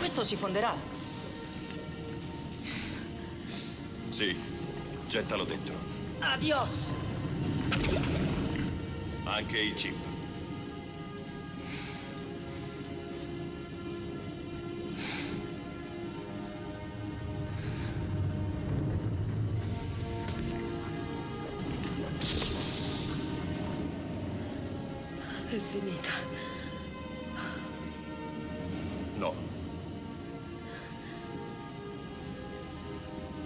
posto si fonderà. Sì, gettalo dentro. Adios! Anche il chip. È finita. No.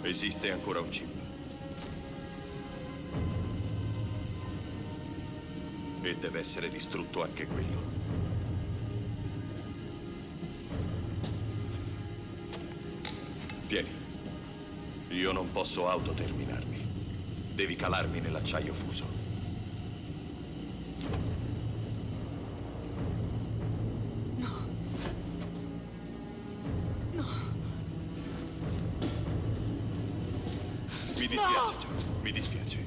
Esiste ancora un chip. E deve essere distrutto anche quello. Tieni. Io non posso autoterminarmi. Devi calarmi nell'acciaio fuso. Mi dispiace, George. Mi dispiace.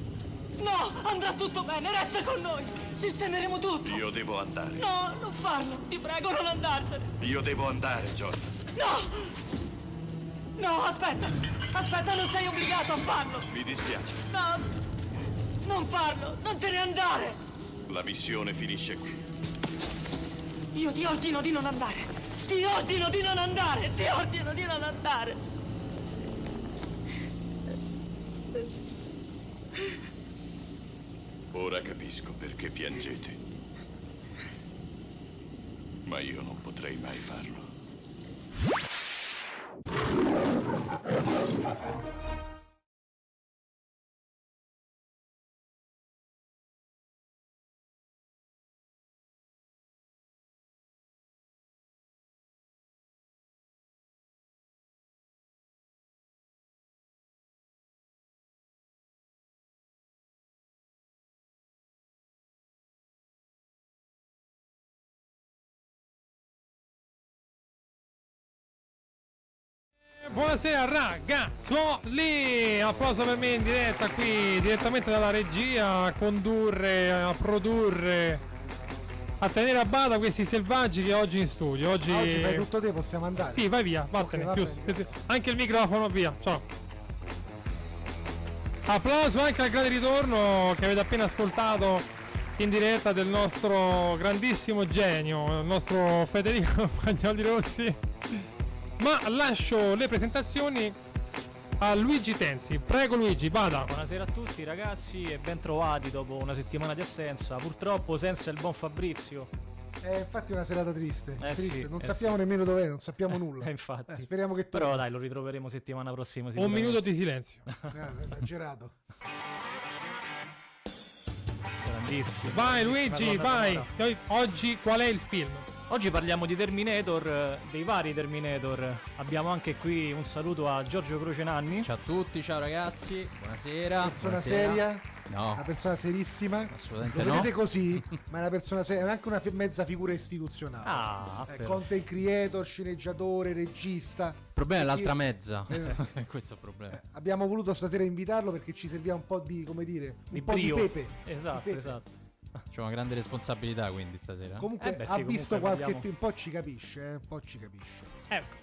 No, andrà tutto bene, resta con noi! Sistemeremo tutto! Io devo andare. No, non farlo! Ti prego, non andartene! Io devo andare, George. No! No, aspetta! Aspetta, non sei obbligato a farlo! Mi dispiace. No! Non farlo! Non te ne andare! La missione finisce qui. Io ti ordino di non andare! Ti ordino di non andare! Ti ordino di non andare! Ora capisco perché piangete. Ma io non potrei mai farlo. Buonasera ragazzuoli, applauso per me in diretta qui, direttamente dalla regia, a condurre, a produrre, a tenere a bada questi selvaggi che oggi in studio. Oggi, Ah, Oggi Eh. fai tutto te, possiamo andare. Sì, vai via, vattene, va chiuso. bene. Anche il microfono, via, ciao. Applauso anche al grande ritorno che avete appena ascoltato in diretta del nostro grandissimo genio, il nostro Federico Fagnoli Rossi. Ma lascio le presentazioni a Luigi Tensi. Prego Luigi, vada. Buonasera a tutti ragazzi e bentrovati dopo una settimana di assenza, purtroppo senza il buon Fabrizio. È infatti una serata triste. Eh triste. sì, non eh sappiamo sì. nemmeno dov'è, non sappiamo nulla. Eh, infatti. Eh, speriamo che tu. Però dai, lo ritroveremo settimana prossima. Un sicuramente. minuto di silenzio. Eh, esagerato. Grandissimo. Vai grandissima Luigi, colonna vai. sonora. Noi- Oggi qual è il film? Oggi parliamo di Terminator, eh, dei vari Terminator. Abbiamo anche qui un saluto a Giorgio Crocenanni. Ciao a tutti, ciao ragazzi, buonasera. Persona buonasera. seria, una No, persona serissima. assolutamente Lo no. vedete così, ma è una persona seria, è anche una fi- mezza figura istituzionale. Ah, Eh, per- Eh. content creator, sceneggiatore, regista. Il problema è l'altra Io- mezza. Eh. Questo è il problema. Abbiamo voluto stasera invitarlo perché ci serviva un po' di, come dire, un di po' brio. di pepe. Esatto, Di pepe. esatto. C'è una grande responsabilità quindi stasera. Comunque Eh beh, sì, ha visto comunque qualche vogliamo- film, un po' ci capische, eh, un po' ci capisce. Ecco,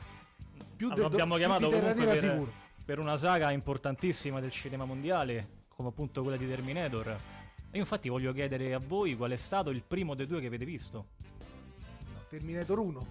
Più Ah, del- lo abbiamo più chiamato di Terra comunque Nera per, sicuro. per una saga importantissima del cinema mondiale, come appunto quella di Terminator. E io infatti voglio chiedere a voi qual è stato il primo dei due che avete visto. Terminator 1.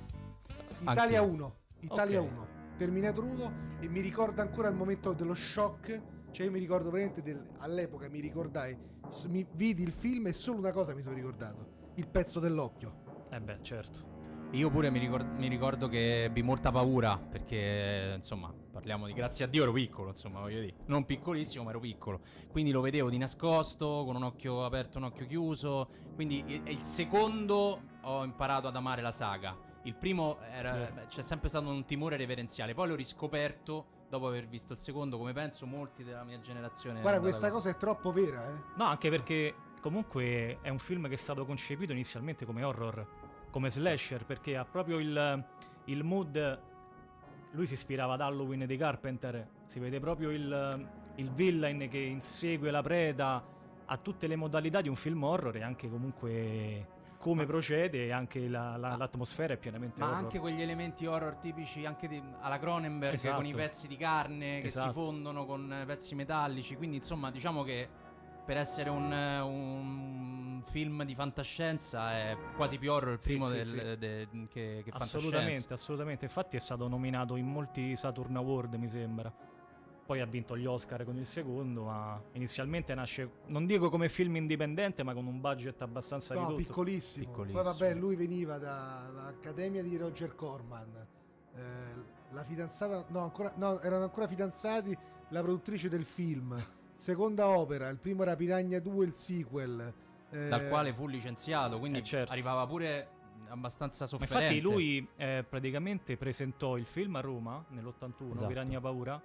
Italia Anch'io. 1. Italia Ok. 1. Terminator 1 e mi ricorda ancora il momento dello shock. Cioè io mi ricordo veramente del- all'epoca mi ricordai, s- mi vidi il film e solo una cosa mi sono ricordato, il pezzo dell'occhio. Eh beh, certo. Io pure mi ricor- mi ricordo, che ebbi molta paura perché insomma parliamo di grazie a Dio ero piccolo insomma voglio dire non piccolissimo ma ero piccolo quindi lo vedevo di nascosto con un occhio aperto un occhio chiuso quindi il, il secondo ho imparato ad amare la saga il primo era, Vero. beh, c'è sempre stato un timore reverenziale poi l'ho riscoperto dopo aver visto il secondo come penso molti della mia generazione Guarda, hanno questa dato- cosa è troppo vera, eh. No, anche perché comunque è un film che è stato concepito inizialmente come horror, come slasher, perché ha proprio il, il mood... Lui si ispirava ad Halloween dei Carpenter, si vede proprio il, il villain che insegue la preda a tutte le modalità di un film horror e anche comunque come procede e anche la- la- l'atmosfera è pienamente Ma horror. anche quegli elementi horror tipici anche di- alla Cronenberg Esatto. con i pezzi di carne che Esatto. si fondono con eh, pezzi metallici. Quindi, insomma, diciamo che per essere un, eh, un film di fantascienza è quasi più horror il Sì, primo sì, del- eh, sì. de- che, che Assolutamente, assolutamente. Infatti è stato nominato in molti Saturn Award, mi sembra. Poi ha vinto gli Oscar con il secondo, ma inizialmente nasce, non dico come film indipendente, ma con un budget abbastanza No, ridotto. piccolissimo. Piccolissimo. Poi vabbè, lui veniva dall'accademia di Roger Corman. Eh, la fidanzata, no, ancora, no, erano ancora fidanzati la produttrice del film. Seconda opera, il primo era Piranha 2, il sequel. eh, Dal quale fu licenziato, quindi Eh, certo. arrivava pure abbastanza Ma sofferente. infatti lui eh, praticamente presentò il film a Roma nell'81, Esatto. Piragna Paura,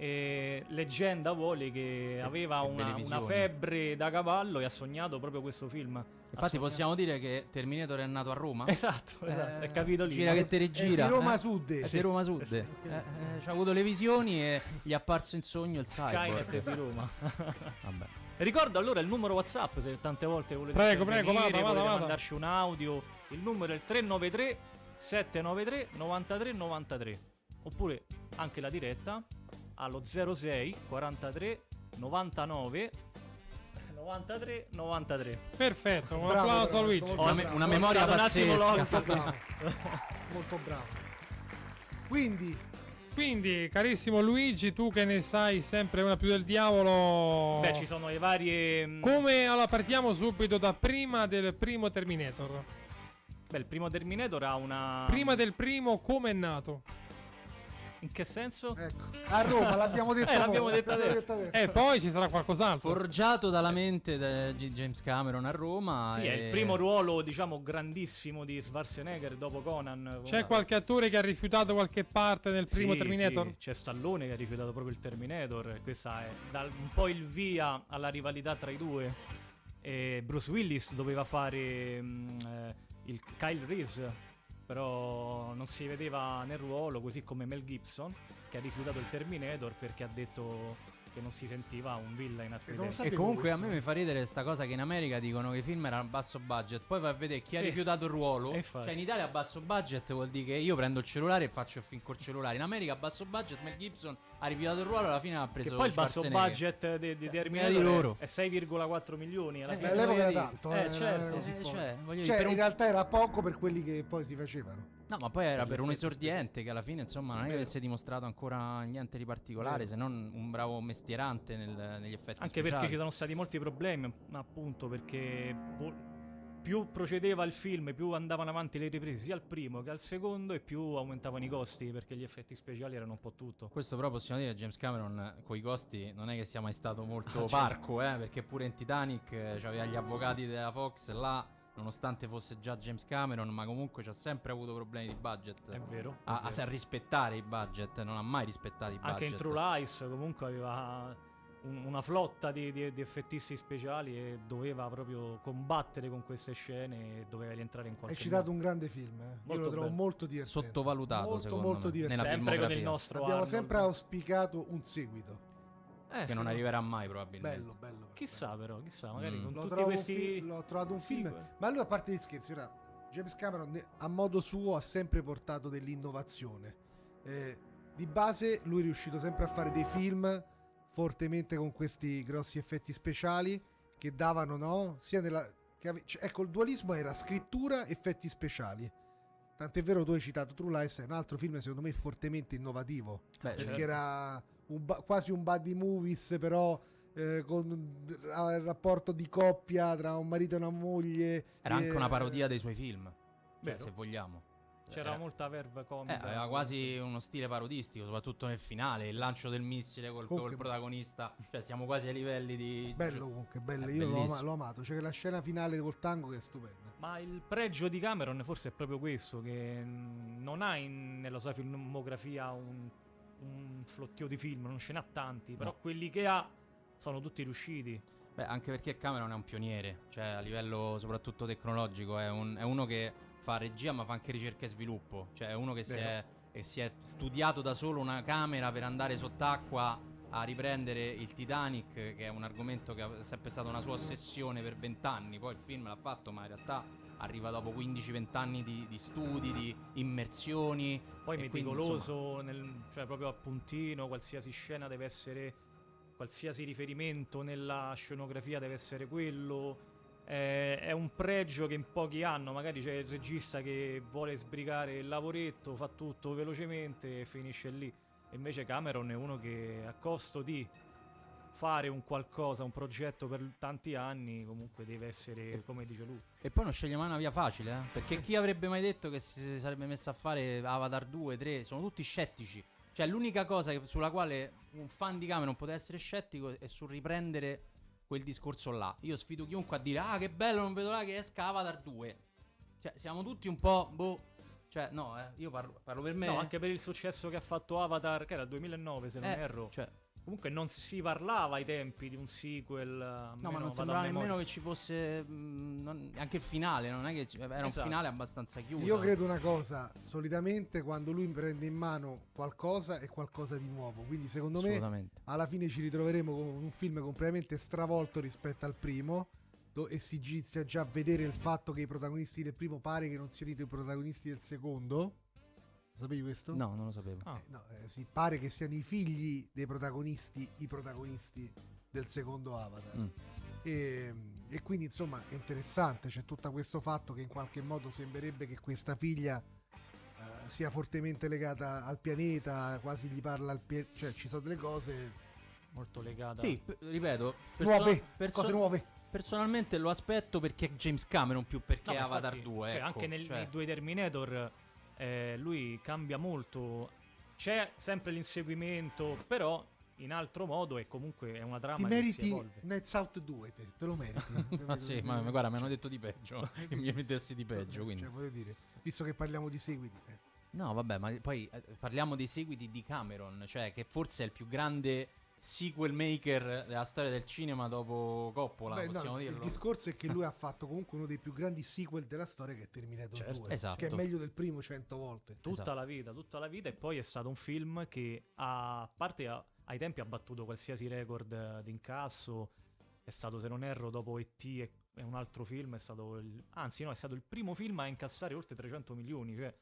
e leggenda vuole che aveva che una, belle una visioni. febbre da cavallo e ha sognato proprio questo film. Ha Infatti sognato- possiamo dire che Terminator è nato a Roma. Esatto, esatto, Eh, è capito lì. Gira no? che te rigira. È di Roma eh. Sud. È Sì. di Roma Sud. Eh, eh, ci ha avuto le visioni e gli è apparso in sogno il cyborg. Skynet di Roma. Vabbè. Ricordo allora il numero WhatsApp se tante volte volete Prego, prego, vada, volete vada, vada. mandarci un audio. Il numero è il 393 793 93 93. Oppure anche la diretta allo 06 43 99 93 93. Perfetto, un Bravo, applauso a bravo, Luigi. molto Una, bravo. me- una Ho memoria stato un attimo pazzesca. loco. Molto bravo. Molto bravo. Quindi, Quindi, carissimo Luigi, tu che ne sai sempre una più del diavolo. Beh, ci sono le varie mm, mh, Oh. Come allora partiamo subito da prima del primo Terminator. Beh, il primo Terminator ha una mm, Prima del primo come è nato? In che senso? Eh. ecco, a Roma l'abbiamo detto Eh, l'abbiamo noi, detto adesso. E Eh, poi ci sarà qualcos'altro. Forgiato dalla mente de- di James Cameron a Roma. Sì, è il e- primo ruolo, diciamo, grandissimo di Schwarzenegger dopo Conan. C'è Conan. qualche attore che ha rifiutato qualche parte nel primo Sì, Terminator? sì, c'è Stallone che ha rifiutato proprio il Terminator. e Questa è dal- un po' il via alla rivalità tra i due. E Bruce Willis doveva fare mm, eh, il Kyle Reese, però non si vedeva nel ruolo, così come Mel Gibson, che ha rifiutato il Terminator perché ha detto che non si sentiva un villain a quei non tempi. sa- E Sapevo comunque a questo. me mi fa ridere sta cosa che in America dicono che i film erano a basso budget. Poi vai a vedere chi ha Sì. rifiutato il ruolo. E infatti. Cioè in Italia a basso budget vuol dire che io prendo il cellulare e faccio il film col cellulare. In America a basso budget Mel Gibson ha rifiutato il ruolo e alla fine ha preso Che poi il basso Schwarzenegger. budget di, di di Terminator loro. è 6,4 milioni. Alla Eh, Beh, fine all'epoca era voglio dire- tanto. eh, era- certo. così Eh, poco. cioè, voglio dire, Cioè, per in un- realtà era poco per quelli che poi si facevano. No, ma poi era Per per un l'effetto esordiente che alla fine, insomma, non è che avesse dimostrato ancora niente di particolare, se non un bravo mestierante nel- negli effetti Anche speciali. perché ci sono stati molti problemi, ma appunto perché po- più procedeva il film, più andavano avanti le riprese sia al primo che al secondo e più aumentavano i costi perché gli effetti speciali erano un po' tutto. Questo però possiamo dire che James Cameron eh, con i costi non è che sia mai stato molto Ah, certo. parco, eh, perché pure in Titanic eh, c'aveva gli avvocati della Fox là, nonostante fosse già James Cameron, ma comunque c'ha sempre avuto problemi di budget. È vero. A, è a vero. sa rispettare i budget, non ha mai rispettato i budget. Anche in True Lies comunque aveva un- una flotta di, di- di effettisti speciali e doveva proprio combattere con queste scene e doveva rientrare in qualche Hai citato modo. un grande film, eh. io Molto lo trovo bello. molto divertente. Sottovalutato, molto, secondo molto me, divertente. nella sempre con il filmografia. nostro Abbiamo Arnold. sempre auspicato un seguito. Eh, Che non arriverà mai probabilmente. Bello, bello. bello. Chissà però, chissà, magari Mm. con L'ho tutti trovato un questi fi- l'ho trovato un film sequel. Ma lui, a parte gli scherzi, ora, James Cameron ne- a modo suo ha sempre portato dell'innovazione. Eh, di base, lui è riuscito sempre a fare dei film fortemente con questi grossi effetti speciali che davano, no? Sia nella. che ave- cioè, ecco, il dualismo era scrittura, effetti speciali. Tant'è vero, tu hai citato True Lies, è un altro film secondo me fortemente innovativo Beh, perché certo. era un ba- quasi un buddy movies però eh, con d- ra- il rapporto di coppia tra un marito e una moglie Era anche eh, una parodia dei suoi film, cioè, Vero. se vogliamo. C'era Era- molta verve eh, comica. aveva quasi uno stile parodistico, soprattutto nel finale, il lancio del missile Oh, col, Comunque- col protagonista. Cioè, siamo quasi ai livelli di... bello comunque bello È io l'ho, ama- Eh, bellissimo. l'ho amato c'è la scena finale col tango che è stupenda Ma il pregio di Cameron forse è proprio questo, che mm, non ha in- nella sua filmografia un, un flottio di film, non ce n'ha tanti, però No. quelli che ha sono tutti riusciti. Beh, anche perché Cameron è un pioniere, cioè a livello soprattutto tecnologico, è, un- è uno che fa regia ma fa anche ricerca e sviluppo, cioè è uno che si Vero. è, e si è studiato da solo una camera per andare sott'acqua a riprendere il Titanic, che è un argomento che è sempre stata una sua ossessione per vent'anni. Poi il film l'ha fatto, ma in realtà arriva dopo 15-20 anni di, di studi, di immersioni. Poi e quindi, meticoloso, nel- cioè proprio a puntino, qualsiasi scena deve essere, qualsiasi riferimento nella scenografia deve essere quello. Eh, è un pregio che in pochi hanno, magari c'è il regista che vuole sbrigare il lavoretto, fa tutto velocemente e finisce lì. Invece Cameron è uno che a costo di fare un qualcosa, un progetto per tanti anni, comunque deve essere come dice lui. E poi non sceglie mai una via facile, eh? Perché chi avrebbe mai detto che si sarebbe messo a fare Avatar 2, 3? Sono tutti scettici. Cioè, l'unica cosa che- sulla quale un fan di Cameron poteva essere scettico è sul riprendere quel discorso là. Io sfido chiunque a dire, ah, che bello, non vedo l'ora che esca Avatar 2. Cioè, siamo tutti un po', boh... Cioè, no, eh, io parlo, parlo per me. No, anche per il successo che ha fatto Avatar, che era il 2009 se non Eh, erro. Cioè, Comunque non si parlava ai tempi di un sequel. eh, a No, meno ma non vado a sembrava memoria. nemmeno che ci fosse. mh, non- anche il finale, non è che. ci- era un Esatto. finale abbastanza chiuso. Io credo una cosa, solitamente quando lui prende in mano qualcosa è qualcosa di nuovo, quindi secondo me Assolutamente. alla fine ci ritroveremo con un film completamente stravolto rispetto al primo do- e si inizia già a vedere il fatto che i protagonisti del primo pare che non siano i protagonisti del secondo. Lo sapevi questo? No, non lo sapevo. Ah. Eh, no, eh, sì, pare che siano i figli dei protagonisti i protagonisti del secondo Avatar. Mm. E, e quindi insomma è interessante, c'è tutto questo fatto che in qualche modo sembrerebbe che questa figlia eh, sia fortemente legata al pianeta, quasi gli parla al pianeta, cioè ci sono delle cose Molto legata. Sì, p- ripeto. nuove, perso- cose nuove. Personalmente lo aspetto perché è James Cameron più perché No, ma Avatar infatti, 2. cioè, ecco, anche nel, cioè, nei due Terminator eh, lui cambia molto. C'è sempre l'inseguimento, però in altro modo e comunque è Ah, una Ti trama che si meriti evolve. Nets Out 2, te, te lo meriti. ma sì, ma ma guarda, mi hanno detto di peggio. che mi mettessi di peggio. Vabbè, Quindi. Cioè, voglio dire, visto che parliamo di seguiti, eh. No, vabbè, ma poi eh, parliamo dei seguiti di Cameron, cioè che forse è il più grande sequel maker della storia del cinema dopo Coppola, Beh, no, possiamo il- dirlo. Il discorso è che lui ha fatto comunque uno dei più grandi sequel della storia che è Terminator Certo. 2, Esatto. che è meglio del primo 100 volte. Tutta Esatto. la vita, tutta la vita e poi è stato un film che ha- a parte ha- ai tempi ha battuto qualsiasi record eh, di incasso. È stato, se non erro, dopo E.T. e e un altro film, è stato il- anzi no, è stato il primo film a incassare oltre 300 milioni, cioè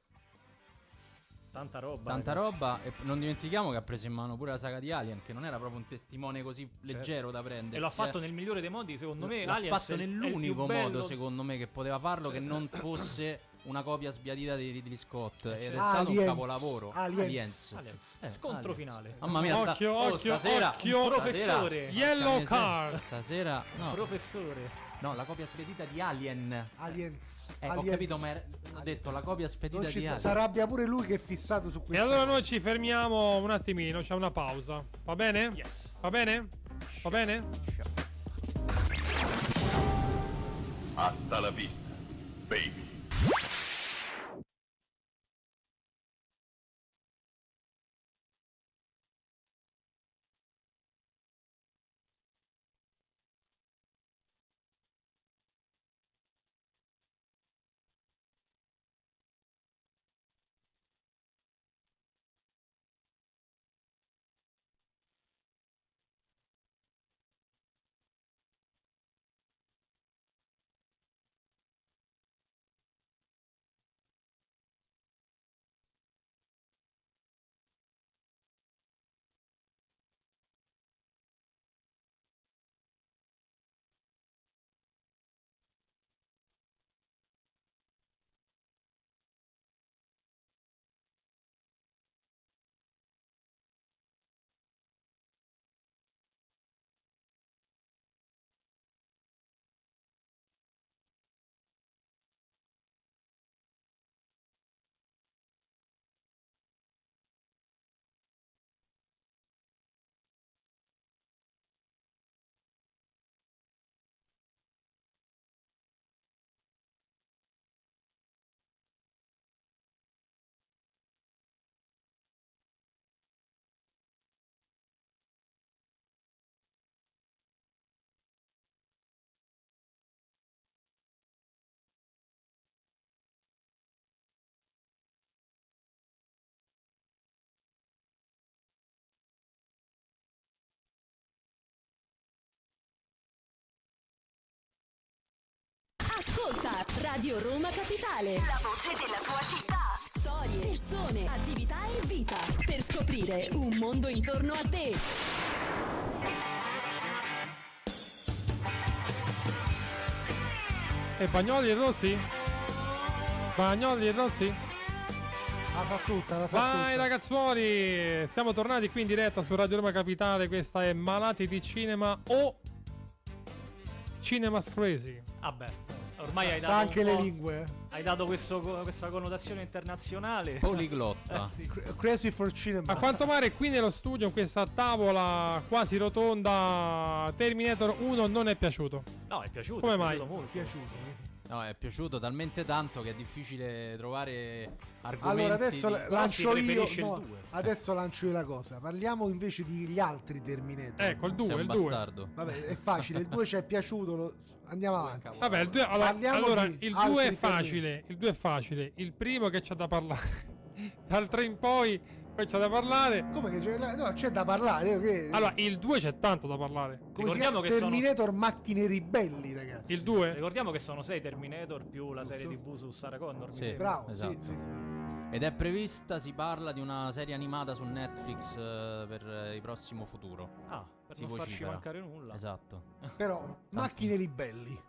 tanta roba. Tanta ragazzi. roba, e non dimentichiamo che ha preso in mano pure la saga di Alien, che non era proprio un testimone così leggero da prendere. Certo. E l'ha fatto nel migliore dei modi, secondo me. eh. L'ha Aliens fatto è il- è il più nell'unico bello- modo, secondo me, che poteva farlo, che non fosse una copia sbiadita di Ridley Scott. Ed è certo. stato un Aliens, capolavoro. Aliens. Aliens. Eh, Scontro Aliens. finale. Mamma mia, sta- Occhio, oh, occhio, stasera, occhio, stasera- professore. Porca Yellow miseria, card. Stasera, no, Professore. no, la copia spedita di Alien. Aliens. Eh, ho Aliens. capito, ma era- ho detto la copia Non spedita ci di sta- Alien. si arrabbia pure lui che è fissato su E questo. allora noi ci fermiamo un attimino, c'è una pausa. Va bene? Yes. Va bene? Va bene? Hasta la vista, baby. Ascolta Radio Roma Capitale. La voce della tua città. Storie, persone, attività e vita. Per scoprire un mondo intorno a te. E Bagnoli e Rossi? Bagnoli e Rossi? La fa tutta, la fa Vai tutta. ragazzuoli, siamo tornati qui in diretta su Radio Roma Capitale, questa è Malati di Cinema o Cinema Crazy. Vabbè, ormai hai dato. Sa un anche le po'- lingue. eh. Hai dato questo co- questa connotazione internazionale. Poliglotta. Sì. Cra- Crazy for cinema. A quanto pare qui nello studio, in questa tavola quasi rotonda, Terminator 1 non è piaciuto. No, è piaciuto. Come è mai? piaciuto Mi è molto. piaciuto. eh. No, è piaciuto talmente tanto che è difficile trovare argomenti. Allora adesso di- la- lancio io. preferisce il no, due. adesso lancio io la cosa. Parliamo invece degli altri Terminator. Ecco, il 2, Sei un il 2. bastardo. Vabbè, è facile. Il 2 ci è piaciuto. lo- Andiamo avanti. Vabbè, il due- allora, Parliamo allora, di il 2 è altri facile, il 2 è facile, il primo che c'è da parlare, dal 3 in poi, poi c'è da parlare. Come che c'è, no, c'è da parlare? io che- Allora, il 2 c'è tanto da parlare. come si ricordiamo chiama? che sono- Terminator macchine ribelli, ragazzi. Il 2? Ricordiamo che sono 6 Terminator più la serie Giusto. TV su Sarah Connor. mi Sì. sembra. Bravo, sì, Esatto. sì, sì. Ed è prevista, si parla di una serie animata su Netflix eh, per eh, il prossimo futuro. Ah, per Si non farci vocifera. mancare nulla. Esatto. Però, macchine ribelli.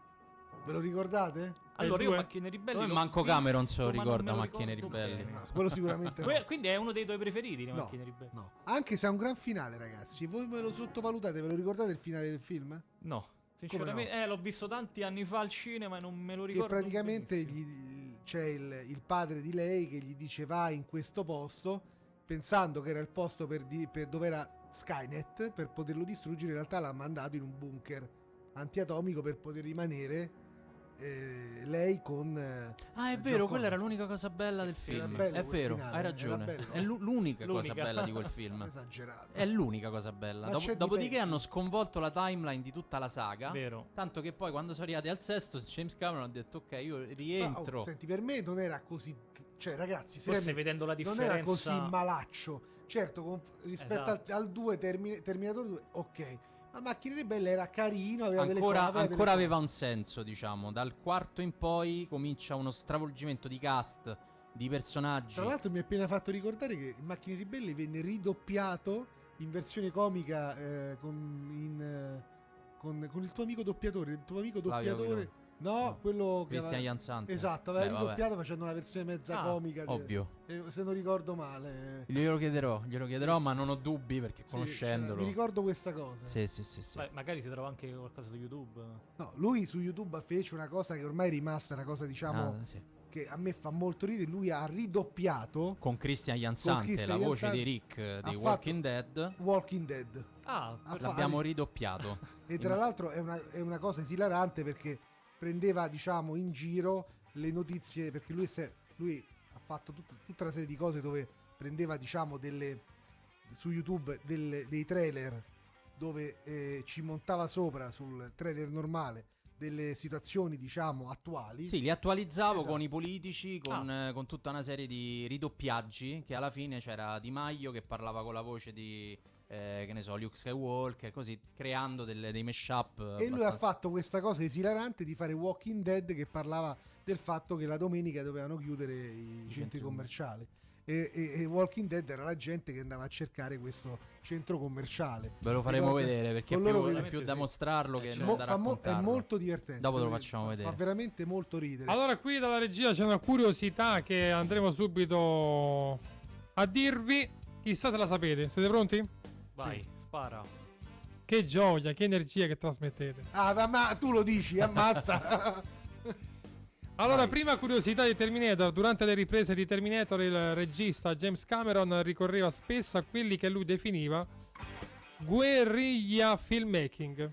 Ve lo ricordate? Allora, io due? Macchine Ribelli. Come l'ho manco Cameron se lo visto, ma ricorda non me lo Macchine ricordo Ribelli. bene. No, quello sicuramente no. Que- Quindi è uno dei tuoi preferiti, le No, Macchine Ribelli? no. Anche se è un gran finale, ragazzi. Voi ve lo sottovalutate, ve lo ricordate il finale del film? No, sinceramente, eh, l'ho visto tanti anni fa al cinema e non me lo Che ricordo. praticamente benissimo. gli- c'è il, il padre di lei che gli dice vai in questo posto, pensando che era il posto per, di- per dove era Skynet, per poterlo distruggere, in realtà l'ha mandato in un bunker antiatomico per poter rimanere eh, lei con... eh, Ah, è John vero, Connor. quella era l'unica cosa bella del sì, era film. bello è quel vero, finale, hai era ragione. bello. È l'u- l'unica, cosa L'unica. bella di quel film. Esagerato. È l'unica cosa bella. Ma Dopo- c'è di dopodiché peggio. hanno sconvolto la timeline di tutta la saga. Vero. Tanto che poi quando sono arrivati al sesto, James Cameron ha detto: Ok, io Ma, oh, rientro. senti, per me non era così... Cioè, ragazzi, Forse seriamente, vedendo la differenza. non era così malaccio. Certo, con- rispetto Esatto. al, 2 Terminator 2, ok. Ma Macchine Ribelle era carino, aveva delle ancora cose, aveva delle ancora cose. aveva un senso, diciamo. Dal quarto in poi comincia uno stravolgimento di cast, di personaggi. Tra l'altro mi ha appena fatto ricordare che Macchine Ribelli venne ridoppiato in versione comica eh, con, in, eh, con- con il tuo amico doppiatore. Il tuo amico Flavio doppiatore... No, No. quello che... Cristian aveva- Jansante. Esatto, Beh, aveva vabbè, ridoppiato facendo una versione mezza Ah, comica. de- Ovvio. eh, se non ricordo male. Glielo chiederò, glielo chiederò, sì. ma non ho dubbi perché Sì, conoscendolo. cioè, mi ricordo questa cosa. Sì, sì, sì, sì. Beh, magari si trova anche qualcosa su YouTube. No, lui su YouTube fece una cosa che ormai è rimasta, una cosa diciamo Ah, sì. che a me fa molto ridere. Lui ha ridoppiato Con Christian Jansante, Christian la voce Jansante, di Rick eh, di ha Walking Dead, Walking Dead. Ah, Ha fa- l'abbiamo ridoppiato. E tra l'altro è una, è una cosa esilarante perché prendeva, diciamo, in giro le notizie, perché lui, se- lui ha fatto tut- tutta una serie di cose dove prendeva, diciamo, delle, su YouTube delle- dei trailer dove eh, ci montava sopra sul trailer normale delle situazioni, diciamo, attuali. Sì, li attualizzavo Esatto. Ah. con i politici, con, eh, con tutta una serie di ridoppiaggi che alla fine c'era Di Maio che parlava con la voce di, eh, che ne so, Luke Skywalker, così creando delle- dei mashup. E lui ha abbastanza- fatto questa cosa esilarante di fare Walking Dead che parlava del fatto che la domenica dovevano chiudere i centri centri commerciali. E, e- e Walking Dead era la gente che andava a cercare questo centro commerciale. Ve lo faremo Ricorda- vedere perché è Esatto. con più, loro è veramente più sì. da mostrarlo che Eh, non Mo- da fa mo- è raccontarlo. molto divertente. Dopo te lo lui facciamo fa- vedere. Fa veramente molto ridere. Allora, qui dalla regia c'è una curiosità che andremo subito a dirvi. Chissà se la sapete. Siete pronti? vai, spara. Che gioia, che energia che trasmettete. Ah, ma, ma tu lo dici, ammazza. Allora, Vai. prima curiosità di Terminator. Durante le riprese di Terminator, il regista James Cameron ricorreva spesso a quelli che lui definiva guerriglia filmmaking.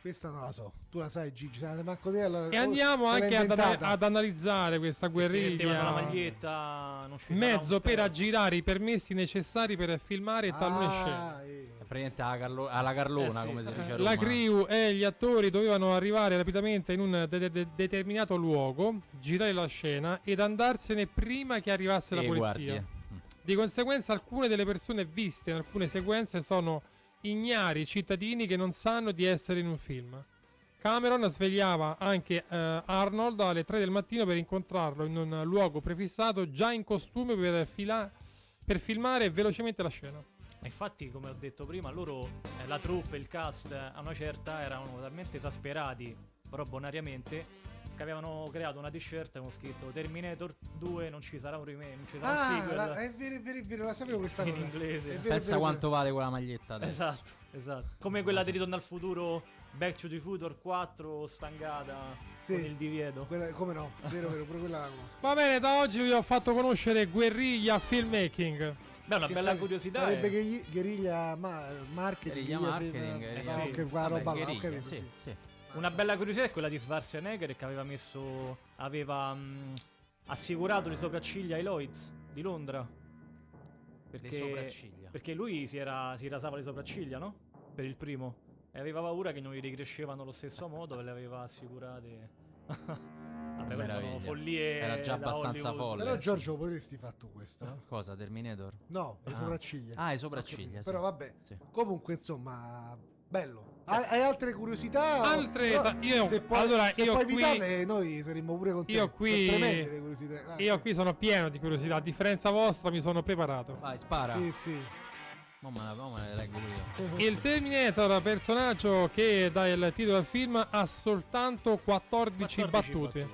Questa non la so. Tu la sai, Gigi. se la- Manco te, allora- E oh, andiamo se l'ha anche ad, inventata. ad analizzare questa Si mettevano la guerriglia. maglietta, non ci sarà Mezzo un per terzo. aggirare i permessi necessari per filmare talune scene. Ah, eh. È praticamente alla, Carlo- alla Carlona, Eh sì. come si dice a Roma. La crew e gli attori dovevano arrivare rapidamente in un de- de- determinato luogo, girare la scena ed andarsene prima che arrivasse la e polizia. guardie. Di conseguenza, alcune delle persone viste in alcune sequenze sono ignari cittadini che non sanno di essere in un film. Cameron svegliava anche eh, Arnold alle 3 del mattino per incontrarlo in un luogo prefissato già in costume per, fila- per filmare velocemente la scena. E infatti, come ho detto prima, loro, eh, la troupe, il cast, eh, a una certa erano talmente esasperati, però bonariamente, che avevano creato una t-shirt con scritto Terminator 2 non ci sarà un remake, non ci sarà un Ah, sequel. la- è vero, è vero, è vero, la sapevo questa In cosa. inglese. È vero, è vero, è Pensa vero. quanto vale quella maglietta adesso. Esatto, esatto. Come quella di Ritorno al futuro, Back to the Future 4, stangata Sì. con il divieto. Quella- come no, vero, vero, pure quella la conosco. Va bene, da oggi vi ho fatto conoscere Guerriglia Filmmaking. Beh, una Che bella sare- curiosità. eh. Sarebbe è- ghe- guerriglia ma- marketing. Guerriglia marketing, eh, eh, ma- sì. che qua Vabbè, roba là, guerriglia, ho capito, sì, sì. sì. Una bella curiosità è quella di Schwarzenegger che aveva messo. aveva mh, assicurato le sopracciglia ai Lloyds di Londra. Perché, sopracciglia. perché lui si, era, si rasava le sopracciglia, no? Per il primo. E aveva paura che non gli ricrescevano allo stesso modo e le aveva assicurate. Vabbè, quelle sono Meraviglia. follie. Era già da abbastanza Hollywood. folle. Però Giorgio lo potresti fare tu questo? Eh? No, Cosa, Terminator? le Ah. sopracciglia. Ah, i Ho sopracciglia. capito. sì. Però vabbè, Sì. comunque insomma, bello. Hai, hai altre curiosità? Altre- No, ta- io- se puoi, allora, se io puoi qui- evitarle, noi saremmo pure contenti. Io qui- Sono tremende le curiosità. Ah, Io qui sono pieno di curiosità, a differenza vostra mi sono preparato. Vai, spara. Sì, sì. Mamma mia, mamma mia, leggo pure io. Il Terminator, personaggio che dà il titolo al film, ha soltanto 14, 14 battute,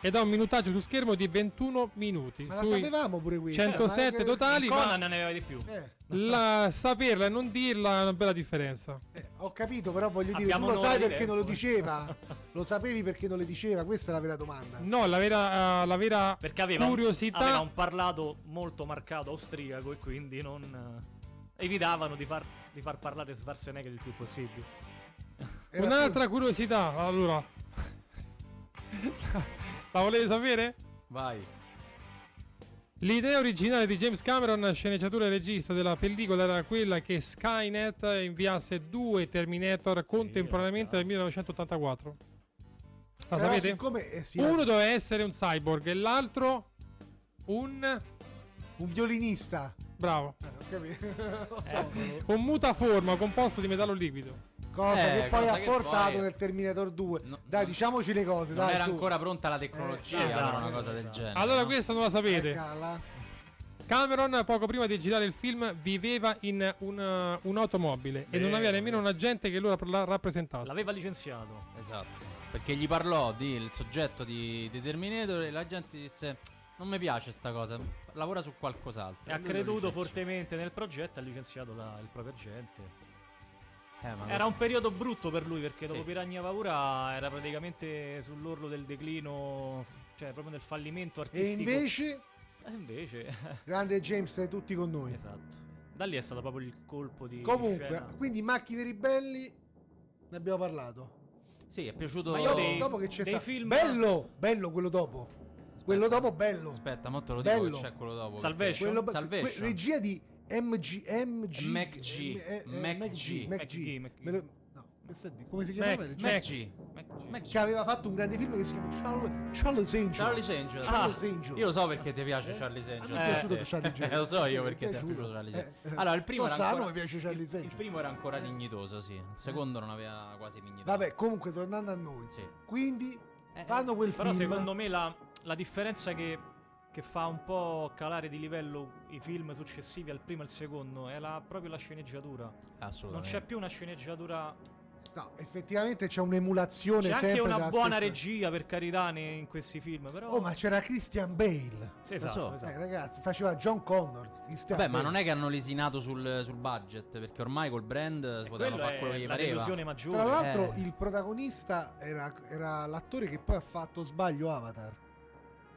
ed ha un minutaggio su schermo di 21 minuti. Ma la sui sapevamo pure questa. 107 ma- totali, Conan ma non ne aveva di più. Eh, la- saperla e non dirla è una bella differenza. eh, ho capito, però voglio dire, Abbiamo tu lo un'ora sai di perché non lo tempo. diceva? lo sapevi perché non le diceva? Questa è la vera domanda. No, la vera, eh, la vera Perché aveva, un- curiosità... aveva un parlato molto marcato austriaco e quindi non. eh, evitavano di far, di far parlare Schwarzenegger il più possibile. Era Un'altra curiosità, allora. La volete sapere? Vai. L'idea originale di James Cameron, sceneggiatore e regista della pellicola, era quella che Skynet inviasse due Terminator contemporaneamente nel 1984. Ah, La Però sapete? siccome- eh, sì, Uno doveva essere un cyborg e l'altro un... un violinista. Bravo. Eh, ho capito. Lo so. Un mutaforma composto di metallo liquido. Cosa Eh, che poi cosa ha che portato poi- nel Terminator 2. No, dai, no. diciamoci le cose. Non dai, era su. ancora pronta la tecnologia, Eh, allora, esatto, una cosa del esatto. genere. Allora no? questa non la Eh, sapete. cala. Cameron, poco prima di girare il film, viveva in un- un'automobile e non aveva Vero, nemmeno un agente che lo ra- rappresentasse. L'aveva licenziato. Esatto. Perché gli parlò del soggetto di, di Terminator e la gente disse: Non mi piace sta cosa, lavora su qualcos'altro. E ha lui lo creduto licenziò. fortemente nel progetto e ha licenziato la- il proprio agente. Eh, ma Era un periodo brutto per lui perché dopo Sì. Piragna Paura era praticamente sull'orlo del declino, cioè proprio del fallimento E artistico. invece, E invece- grande James, sei tutti con Eh noi. esatto. Da lì è stato proprio il colpo di. Comunque, scena. quindi Macchi veri belli, ne abbiamo parlato. Sì, è piaciuto. Ma io Dopo- dei- dopo che c'è dei stato film- bello, bello quello dopo. Quello dopo bello. Aspetta, mo te lo dico cioè, Bello. che c'è quello dopo. Salvation. Quello be- Salvation. que- regia di MG MG Mac G. eh, eh, Mac Mac G. G. Mac G, Mac G. Me lo- no, questa di- come si chiamava? Mac- Cioè, Mac G. Mac che aveva fatto un grande film che si chiama Charlie, Charlie's Angel. Charlie's Angel. Charlie's Ah, Angel. Eh? Io lo so perché ti piace Charlie's A Angel. me è piaciuto te. Charlie's Angel. Eh, lo so io Mi è perché ti è piaciuto. piaciuto Charlie's Angel. Eh, eh. Allora, il primo Sossano era ancora... mi piace Charlie's il- Angel. Eh. Il primo era ancora dignitoso, sì. Il secondo non aveva quasi dignità. Vabbè, comunque tornando a noi. Sì. Quindi Eh, fanno quel Però film. secondo me la, la differenza che, che fa un po' calare di livello i film successivi al primo e al secondo è la- proprio la sceneggiatura. Non Assolutamente. c'è più una sceneggiatura. No, effettivamente c'è un'emulazione C'è sempre anche una della buona stessa- regia, per carità, ne- in questi film. Però. Oh, ma c'era Christian Bale. Sì, esatto, lo so. esatto. Eh, ragazzi, faceva John Connor. Christian Vabbè, ma Bale. non è che hanno lesinato sul, sul budget, perché ormai col brand E potevano Eh, quello fare è quello che gli la pareva. delusione Tra maggiore. l'altro, Eh. il protagonista era, era l'attore che poi ha fatto sbaglio Avatar.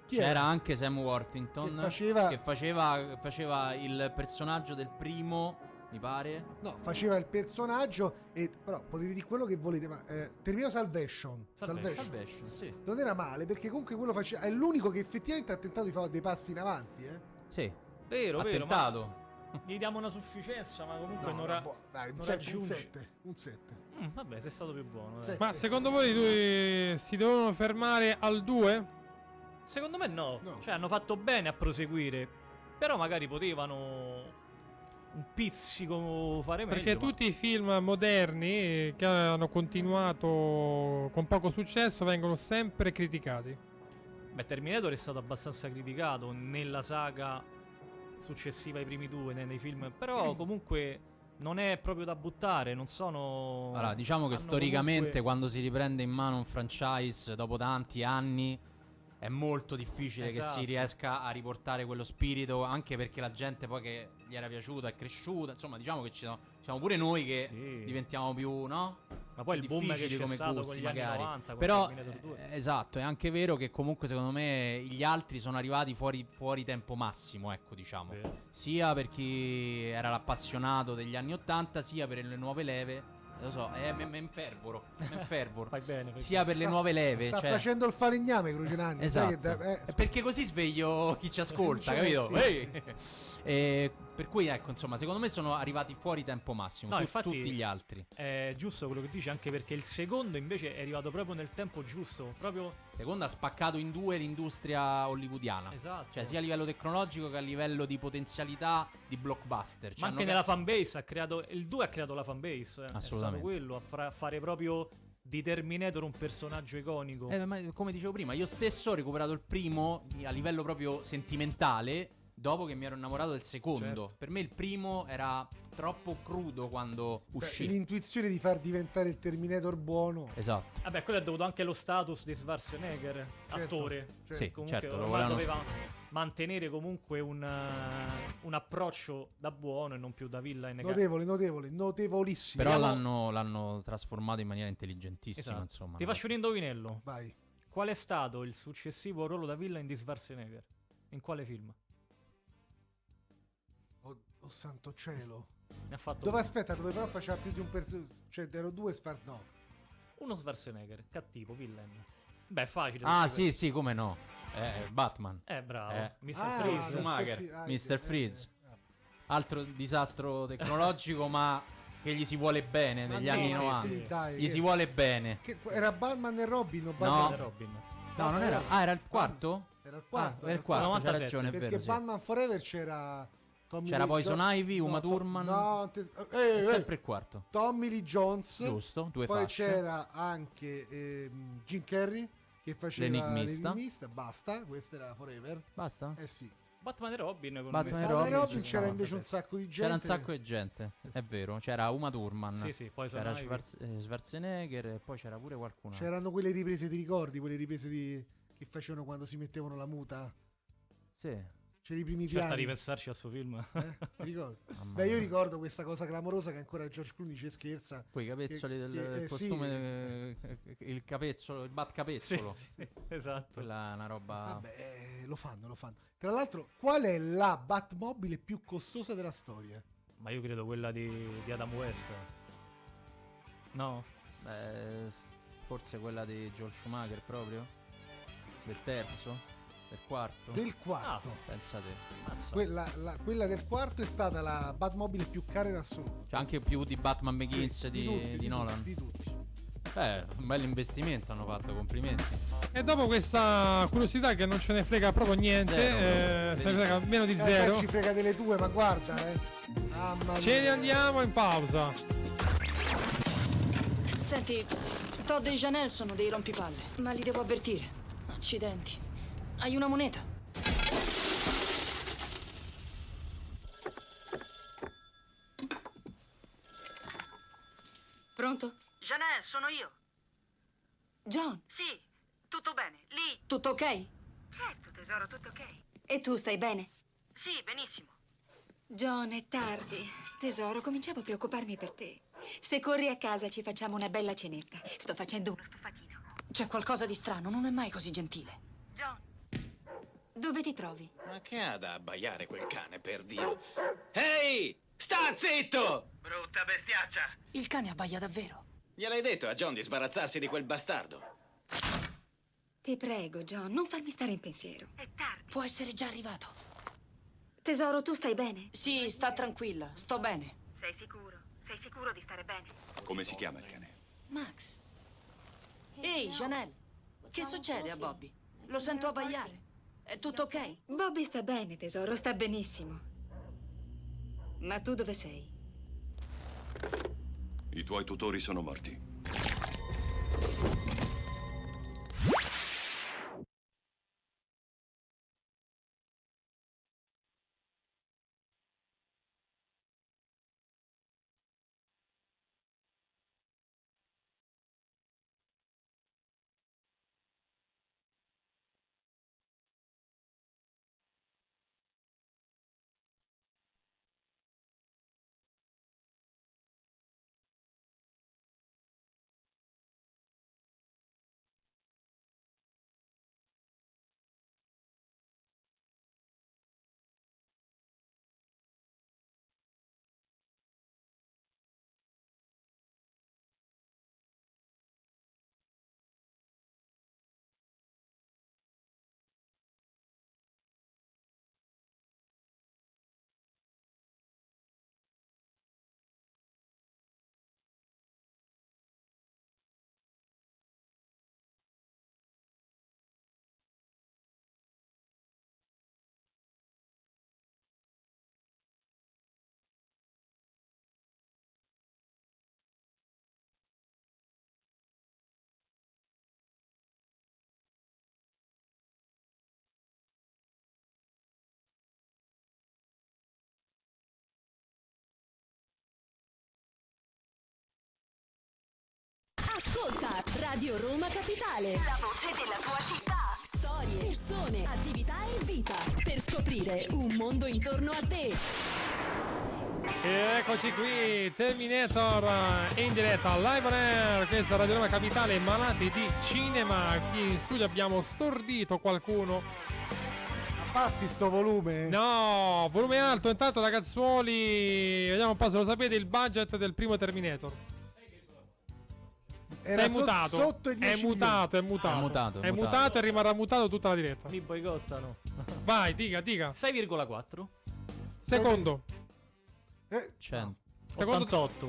Chi C'era era? anche Sam Worthington Che faceva- che faceva- faceva il personaggio del primo, mi pare. No, faceva il personaggio. E, però potete dire quello che volete, ma eh, terminò Salvation. Salvation. Salvation, sì. Non era male perché comunque quello faceva. È l'unico che effettivamente ha tentato di fare dei passi in avanti. Eh. Sì, Vero, vero. ma attentato. gli diamo una sufficienza, ma comunque No, no, non, ra- boh, dai, un non 7. Un raggiunge. 7. Un 7. Mm, vabbè, sei stato più buono. dai. Sì. Ma secondo voi i due si devono fermare al 2? Secondo me no. No. Cioè, hanno fatto bene a proseguire. Però magari potevano. un pizzico farei meglio. Perché ma- tutti i film moderni eh, che hanno continuato con poco successo vengono sempre criticati. Beh, Terminator è stato abbastanza criticato nella saga successiva ai primi due, nei, nei film, Mm. però comunque non è proprio da buttare, non sono... Allora, diciamo che hanno storicamente comunque- quando si riprende in mano un franchise dopo tanti anni è molto difficile che Esatto. si riesca a riportare quello spirito, anche perché la gente poi che gli era piaciuta è cresciuta, insomma diciamo che ci sono, siamo pure noi che Sì. diventiamo più, no? Ma poi il boom che difficili c'è come stato gusti, con gli magari. anni 90, con Però Terminator 2. eh, esatto, è anche vero che comunque secondo me gli altri sono arrivati fuori, fuori tempo massimo, ecco diciamo. Vero. Sia per chi era l'appassionato degli anni 80, sia per le nuove leve. Lo so, eh, me, me infervoro, me infervoro. Fai bene, fai sia per le Sta- nuove leve, Sta cioè- facendo il falegname Crucinani. sai che Esatto. da- eh, Eh, perché così sveglio chi ci ascolta, Cioè, capito? sì. Ehi! Eh, per cui ecco, insomma, secondo me sono arrivati fuori tempo massimo No, tu- infatti- tutti gli altri. È giusto quello che dici, anche perché il secondo invece è arrivato proprio nel tempo giusto, proprio... Secondo ha spaccato in due l'industria hollywoodiana. Esatto. Cioè, sia a livello tecnologico che a livello di potenzialità di blockbuster. Cioè, Ma anche hanno- nella fanbase ha creato. Il 2 ha creato la fanbase. eh. È stato Assolutamente. quello a fra- fare proprio di Terminator un personaggio iconico. Eh, ma come dicevo prima, io stesso ho recuperato il primo a livello proprio sentimentale dopo che mi ero innamorato del secondo. Certo. Per me il primo era troppo crudo quando beh, uscì. l'intuizione di far diventare il Terminator buono. Esatto. Vabbè, quello è dovuto anche allo status di Schwarzenegger, attore. certo. Sì, Comunque certo, lo ormai volevano doveva mantenere comunque un, eh, un approccio da buono e non più da villain. che- Notevole, notevole, notevolissimo. Però Vediamo- l'hanno, l'hanno trasformato in maniera intelligentissima, Esatto. insomma. Ti no? faccio un indovinello. Vai. Qual è stato il successivo ruolo da villain di Schwarzenegger? In quale film? Oh, oh santo cielo. Ne ha fatto Dove uno. aspetta, dove però faceva più di un personaggio. Cioè, erano due sfar. No. uno Schwarzenegger, cattivo, villain. Beh, è facile. Ah, perché- sì, sì, come no. Eh, Batman. Eh, bravo. Eh. Mr. Ah, Freeze. no, Schumacher, Fri- ah, Mr. sì, eh, Freeze. eh, eh. Altro disastro tecnologico, ma che gli si vuole bene negli Ah, anni sì, sì, 90. sì, dai, Gli eh. si vuole bene. Che- era Batman e Robin o No. Batman Batman e Robin. No, non era. Ah, era il quarto? Era il quarto. Ah, era il quarto. quarto, c'ha 97, ragione, è Perché vero. sì. Batman Forever c'era Tommy C'era Lee Poison Jo- Ivy, Uma to- Thurman. No, te- eh, È eh, sempre il quarto. Tommy Lee Jones. Giusto, due Poi fasce. c'era anche ehm, Jim Carrey che faceva L'enigmista. l'enigmista. Basta, questa era Forever. Basta? Eh sì. Batman e Robin. Con Batman e Mr. Batman e Robin, Robin sì, c'era no, invece un 97. sacco di gente. C'era un sacco di gente, è vero. C'era Uma Thurman. Sì, sì, poi C'era sono Schwarz- eh, Schwarzenegger e poi c'era pure qualcun altro. C'erano quelle riprese, ti ricordi? Quelle riprese di- che facevano quando si mettevano la muta. Sì. C'erano i primi Certo, a piani. ripensarci al suo film. eh? Ti ricordi? Mamma Beh, io mia. ricordo questa cosa clamorosa che ancora George Clooney ci scherza. Quei capezzoli che- del, che- del eh, sì. costume, eh, il capezzolo, il bat Sì, capezzolo. sì, esatto. Quella è una roba. Vabbè, eh, lo fanno, lo fanno. Tra l'altro, qual è la Batmobile più costosa della storia? Ma io credo quella di, di Adam West. No? Eh, forse quella di Joel Schumacher proprio? Del terzo? Del quarto? Del quarto. Pensate. Mazza. Quella, la- quella del quarto è stata la Batmobile più cara in assoluto. C'è Cioè, anche più di Batman Begins Sì, di, tutti, di tutti, Nolan. Di tutti. Eh, un bel investimento hanno fatto, complimenti. E dopo questa curiosità che non ce ne frega proprio niente, Zero, eh, proprio. se ne frega meno di Eh, zero, beh, ci frega delle tue, ma guarda, eh. Mamma ce ne mia. andiamo in pausa. Senti, Todd e Janelle sono dei rompipalle, ma li devo avvertire. Accidenti. Hai una moneta? Pronto? Janelle, sono io. John, Sì, tutto bene. Lì. Tutto ok? Certo, tesoro, tutto ok. e tu stai bene? Sì, benissimo. John, è tardi. Tesoro, cominciavo a preoccuparmi per te. Se corri a casa ci facciamo una bella cenetta. Sto facendo uno stufatino. C'è qualcosa di strano, non è mai così gentile. John, dove ti trovi? Ma che ha da abbaiare quel cane, per Dio? Ehi! Sta zitto! Brutta bestiaccia! Il cane abbaia davvero. Gliel'hai detto a John di sbarazzarsi di quel bastardo? Ti prego, John, non farmi stare in pensiero. È tardi. Può essere già arrivato. Tesoro, tu stai bene? Sì, sta tranquilla, sto bene. Sei sicuro? Sei sicuro di stare bene? Come si chiama il cane? Max. Ehi, Janelle, che succede a Bobby? Lo sento abbaiare. È tutto ok? Bobby sta bene, tesoro, sta benissimo. Ma tu dove sei? I tuoi tutori sono morti. Ascolta Radio Roma Capitale. La voce della tua città. Storie, persone, attività e vita. Per scoprire un mondo intorno a te. E eccoci qui, Terminator eh, in diretta live on air, questa è Radio Roma Capitale, malati di cinema. Qui in studio abbiamo stordito qualcuno. Passi sto volume. No, volume alto, intanto ragazzuoli, vediamo un po' se lo sapete il budget del primo Terminator. Era è so- mutato, sotto i è 10 mutato, è mutato, Ah, è mutato, è È mutato. mutato e rimarrà mutato tutta la diretta. Mi boicottano. Vai, dica, dica. 6,4. Secondo, Eh, Cen- Secondo- 88.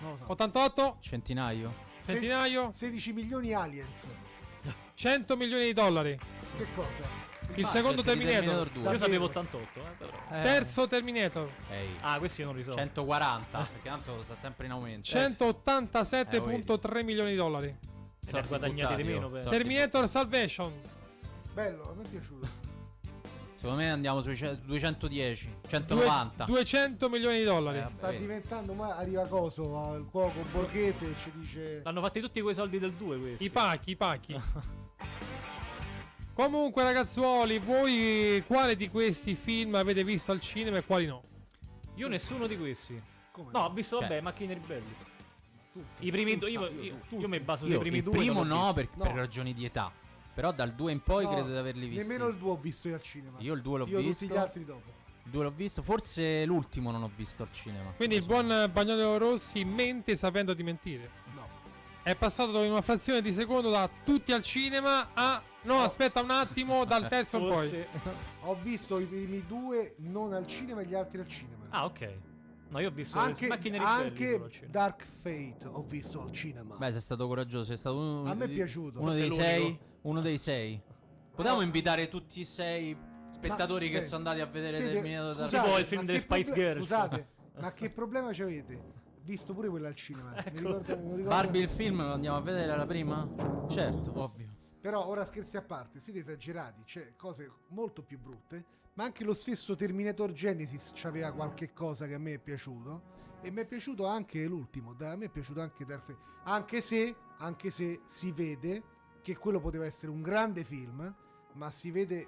non lo so. 88, centinaio. Se- centinaio, 16 milioni aliens. 100 milioni di dollari. Che cosa? Il budget secondo di Terminator. cioè, due. Io Davvero? sapevo 88, eh, però. Eh, Terzo Terminator. ehi, Ah, questi non li so. 140. Perché tanto sta sempre in aumento. Eh, 187.3 milioni di dollari. sì. ne ha Sorti guadagnati di buttati, meno, oh. per- Sorti Terminator Salvation. Bello, a me è piaciuto. buttati. Eh, Secondo me andiamo sui ce- 210. Due- 190. 200 milioni di dollari. Eh, vabbè, Sta vedi. diventando, ma arriva coso al cuoco borghese e ci dice... L'hanno fatti tutti quei soldi del 2 questi. I pacchi, i pacchi. Comunque ragazzuoli, voi quale di questi film avete visto al cinema e quali no? Io nessuno di questi. Come? No, ho visto, Cioè- vabbè, Macchine Ribelli. Tutti. I primi Tutti. due, io, No, io, tutti. io mi baso sui Io primi il due. primo non l'ho no visto. per, per No. ragioni di età. Però dal 2 in poi No, credo di averli visti. Nemmeno il 2 ho visto io al cinema. Io il 2 l'ho Io visto. tutti gli altri dopo. Il 2 l'ho visto. Forse l'ultimo non ho visto al cinema. Quindi il buon eh, Bagnolo Rossi mente sapendo di mentire. No. È passato in una frazione di secondo da tutti al cinema a... No, aspetta un attimo, dal terzo in poi. Forse... Ho visto i primi due non al cinema e gli altri al cinema. Ah, ok. No, io ho visto anche Macchine cioè. Ribelli. solo al anche cinema. Dark Fate ho visto al cinema. Beh, sei stato coraggioso, sei stato uno. A me è di- piaciuto. Uno dei Forse l'unico. sei. Uno dei sei. Potevamo invitare tutti e sei spettatori Ma- che sì. sono andati a vedere Siete- Terminator da- scusate, Tipo il film ma delle che Spice Girls. Scusate, ma che problema ci avete? Ho Visto pure quella al cinema. Ecco. Mi ricordo, non ricordo- Barbie il film lo andiamo a vedere alla prima? Certo, ovvio. Però ora scherzi a parte, siete esagerati, c'è cose molto più brutte, ma anche lo stesso Terminator Genesis c'aveva qualche cosa che a me è piaciuto e mi è piaciuto anche l'ultimo, da, a me è piaciuto anche Dark Fate, anche se, anche se si vede che quello poteva essere un grande film, ma si vede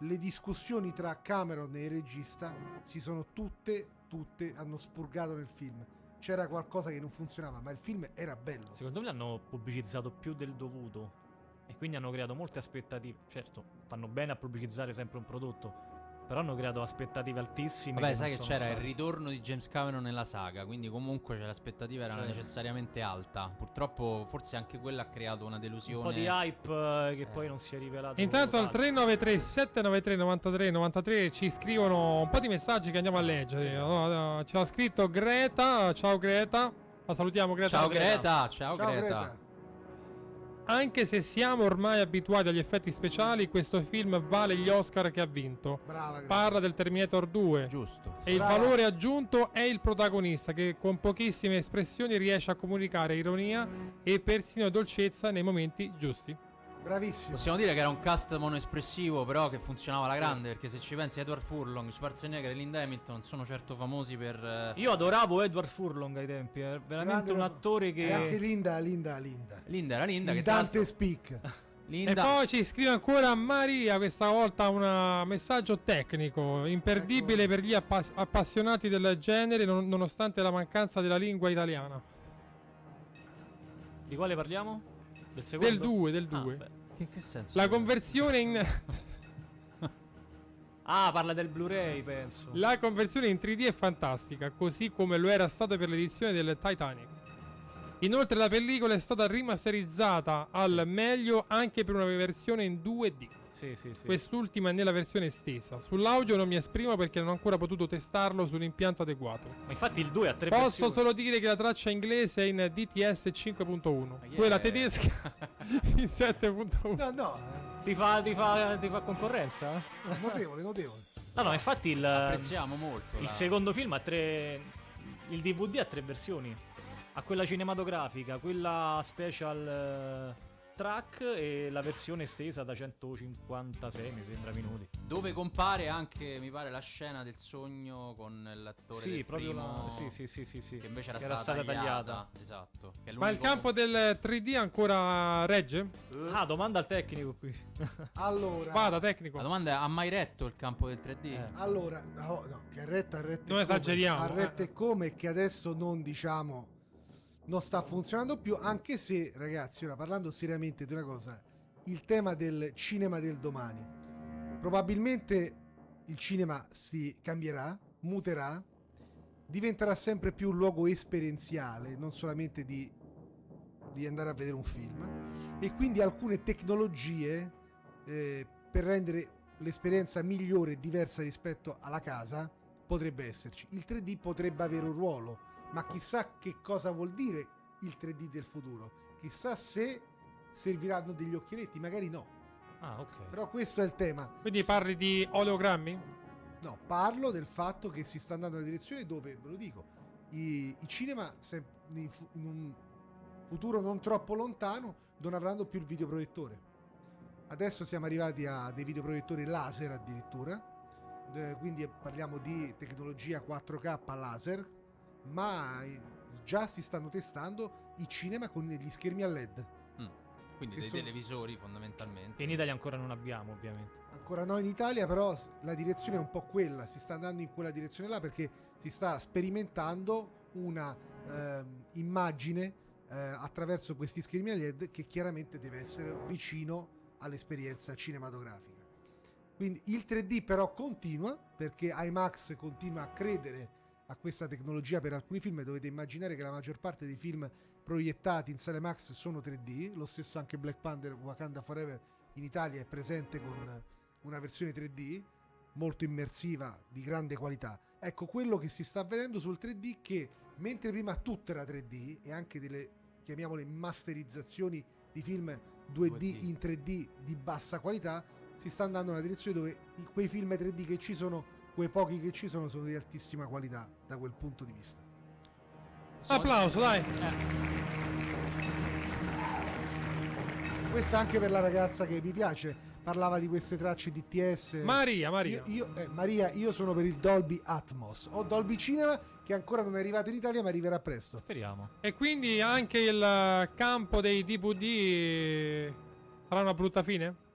le discussioni tra Cameron e il regista si sono tutte, tutte, hanno spurgato nel film. C'era qualcosa che non funzionava, ma il film era bello. Secondo me l'hanno pubblicizzato più del dovuto. E quindi hanno creato molte aspettative. Certo, fanno bene a pubblicizzare sempre un prodotto. Però hanno creato aspettative altissime. Vabbè, non sai che sono c'era il state. ritorno di James Cameron nella saga, quindi comunque cioè, l'aspettativa era Certo. necessariamente alta. Purtroppo forse anche quella ha creato una delusione. Un po' di hype eh, che Eh. poi non si è rivelato. Intanto al tale. 393 793 93 93 ci scrivono un po' di messaggi che andiamo a leggere. Allora, Ci ha scritto Greta, ciao Greta, la salutiamo Greta. Ciao Greta, Ciao ciao, Greta. Greta. Anche se siamo ormai abituati agli effetti speciali, questo film vale gli Oscar che ha vinto. Brava, grazie. Parla del Terminator 2. Giusto. E il Brava. valore aggiunto è il protagonista che con pochissime espressioni riesce a comunicare ironia e persino dolcezza nei momenti giusti. bravissimo. Possiamo dire che era un cast monoespressivo, però che funzionava alla grande, perché se ci pensi Edward Furlong, Schwarzenegger e Linda Hamilton sono certo famosi per... eh, Io adoravo Edward Furlong ai tempi, è veramente Grande un lavoro. attore E anche che... Linda, Linda, Linda. Linda era Linda, che Il tra Dante l'altro- Speak. Linda... E poi ci scrive ancora Maria, questa volta un uh, messaggio tecnico, imperdibile Eccolo. per gli appa- appassionati del genere non- nonostante la mancanza della lingua italiana. Di quale parliamo? Del secondo? Del 2, del Ah, 2. beh. Che, che senso? la conversione in... Ah, parla del Blu-ray, penso. La conversione in 3D è fantastica, così come lo era stata per l'edizione del Titanic. Inoltre la pellicola è stata rimasterizzata al meglio anche per una versione in 2D. Sì, sì, sì. Quest'ultima è nella versione estesa. Sull'audio non mi esprimo perché non ho ancora potuto testarlo sull'impianto adeguato. Ma infatti il 2 a 3 Posso solo dire che la traccia inglese è in DTS 5.1, chi è? quella tedesca in 7.1. No, no, Ti fa, ti fa, ti fa concorrenza? eh, notevole, notevole. No, no, infatti il... Apprezziamo molto. Il la- secondo film ha tre. Il DVD ha tre versioni: ha quella cinematografica, quella special eh, track e la versione estesa da 156 mi sembra minuti. Dove compare anche, mi pare, la scena del sogno con l'attore Sì, del proprio primo... la. Sì, sì, sì, sì, sì. Che invece era, stata tagliata. Esatto. che è Ma il l'unico- campo del 3D ancora regge? Ah, domanda al tecnico qui. Allora, Vada tecnico. La domanda è, ha mai retto il campo del 3D? Eh. allora, no, no, che retta, ha retto e Non come, esageriamo, Ha retto eh. e come, che adesso non diciamo, non sta funzionando più, anche se, ragazzi, ora parlando seriamente di una cosa, il tema del cinema del domani, probabilmente il cinema si cambierà, muterà, diventerà sempre più un luogo esperienziale, non solamente di, di andare a vedere un film, e quindi alcune tecnologie eh, per rendere l'esperienza migliore e diversa rispetto alla casa potrebbe esserci. Il 3D potrebbe avere un ruolo, ma chissà che cosa vuol dire il 3D del futuro. Chissà se serviranno degli occhialetti, magari no. Ah, ok. Però questo è il tema. Quindi parli di oleogrammi? No, parlo del fatto che si sta andando in una direzione dove, ve lo dico, i, i cinema se- in, fu- in un futuro non troppo lontano non avranno più il videoproiettore. Adesso siamo arrivati a dei videoproiettori laser addirittura, d- quindi parliamo di tecnologia 4K laser, ma eh, già si stanno testando i cinema con gli schermi a LED. Quindi Che dei sono- televisori fondamentalmente. Che in Italia ancora non abbiamo, ovviamente. Ancora no in Italia, però s- la direzione è un po' quella, si sta andando in quella direzione là perché si sta sperimentando una ehm, immagine eh, attraverso questi schermi a LED che chiaramente deve essere vicino all'esperienza cinematografica. Quindi il 3D però continua perché IMAX continua a credere a questa tecnologia per alcuni film e dovete immaginare che la maggior parte dei film proiettati in sale Max sono 3D, lo stesso anche Black Panther Wakanda Forever in Italia è presente con una versione 3D molto immersiva, di grande qualità. Ecco quello che si sta vedendo sul 3D che mentre prima tutto era 3D e anche delle chiamiamole masterizzazioni di film 2D, 2D. in 3D di bassa qualità, si sta andando in una direzione dove i- quei film 3D che ci sono, quei pochi che ci sono sono di altissima qualità da quel punto di vista. Ah, Sono- Applauso, dai. Questo anche per la ragazza che mi piace, parlava di queste tracce DTS. Maria, Maria. Io, io- eh, Maria, io sono per il Dolby Atmos. Ho Dolby Cinema che ancora non è arrivato in Italia, ma arriverà presto. Speriamo. E quindi anche il eh, campo dei DVD eh, sarà una brutta fine?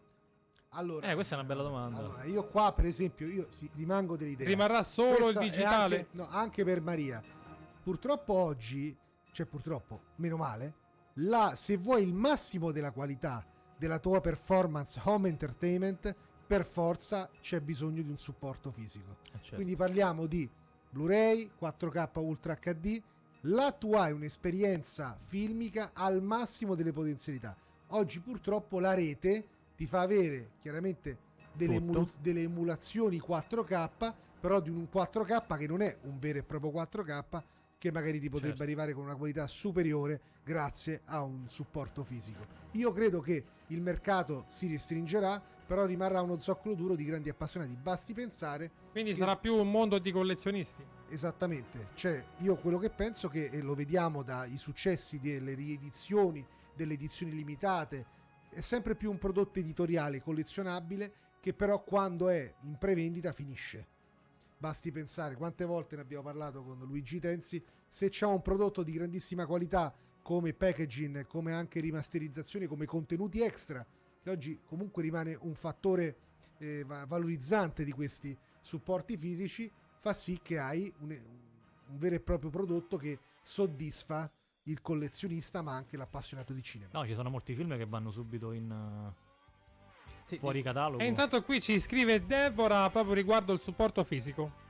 Allora, Eh, questa è una bella domanda. Allora, io qua, per esempio, io sì, rimango dell'idea. Rimarrà solo il Questo è digitale? Anche, no, anche per Maria. Purtroppo oggi, cioè purtroppo, meno male, la, se vuoi il massimo della qualità della tua performance home entertainment, per forza c'è bisogno di un supporto fisico. Eh, certo. Quindi parliamo di Blu-ray, 4K Ultra HD. Là tu hai un'esperienza filmica al massimo delle potenzialità. Oggi purtroppo la rete ti fa avere chiaramente delle, Tutto. emulu- delle emulazioni 4K, però di un 4K che non è un vero e proprio 4K, che magari ti potrebbe Certo. arrivare con una qualità superiore grazie a un supporto fisico. Io credo che il mercato si restringerà, però rimarrà uno zoccolo duro di grandi appassionati. Basti pensare Quindi che- sarà più un mondo di collezionisti. Esattamente, cioè io quello che penso che e lo vediamo dai successi delle riedizioni, delle edizioni limitate, è sempre più un prodotto editoriale collezionabile che però quando è in prevendita finisce. Basti pensare quante volte ne abbiamo parlato con Luigi Tenzi, se c'è un prodotto di grandissima qualità come packaging, come anche rimasterizzazione, come contenuti extra, che oggi comunque rimane un fattore eh, va- valorizzante di questi supporti fisici, fa sì che hai un, un vero e proprio prodotto che soddisfa il collezionista ma anche l'appassionato di cinema. No, ci sono molti film che vanno subito in eh, Sì, fuori di- catalogo. E intanto qui ci scrive Deborah proprio riguardo il supporto fisico.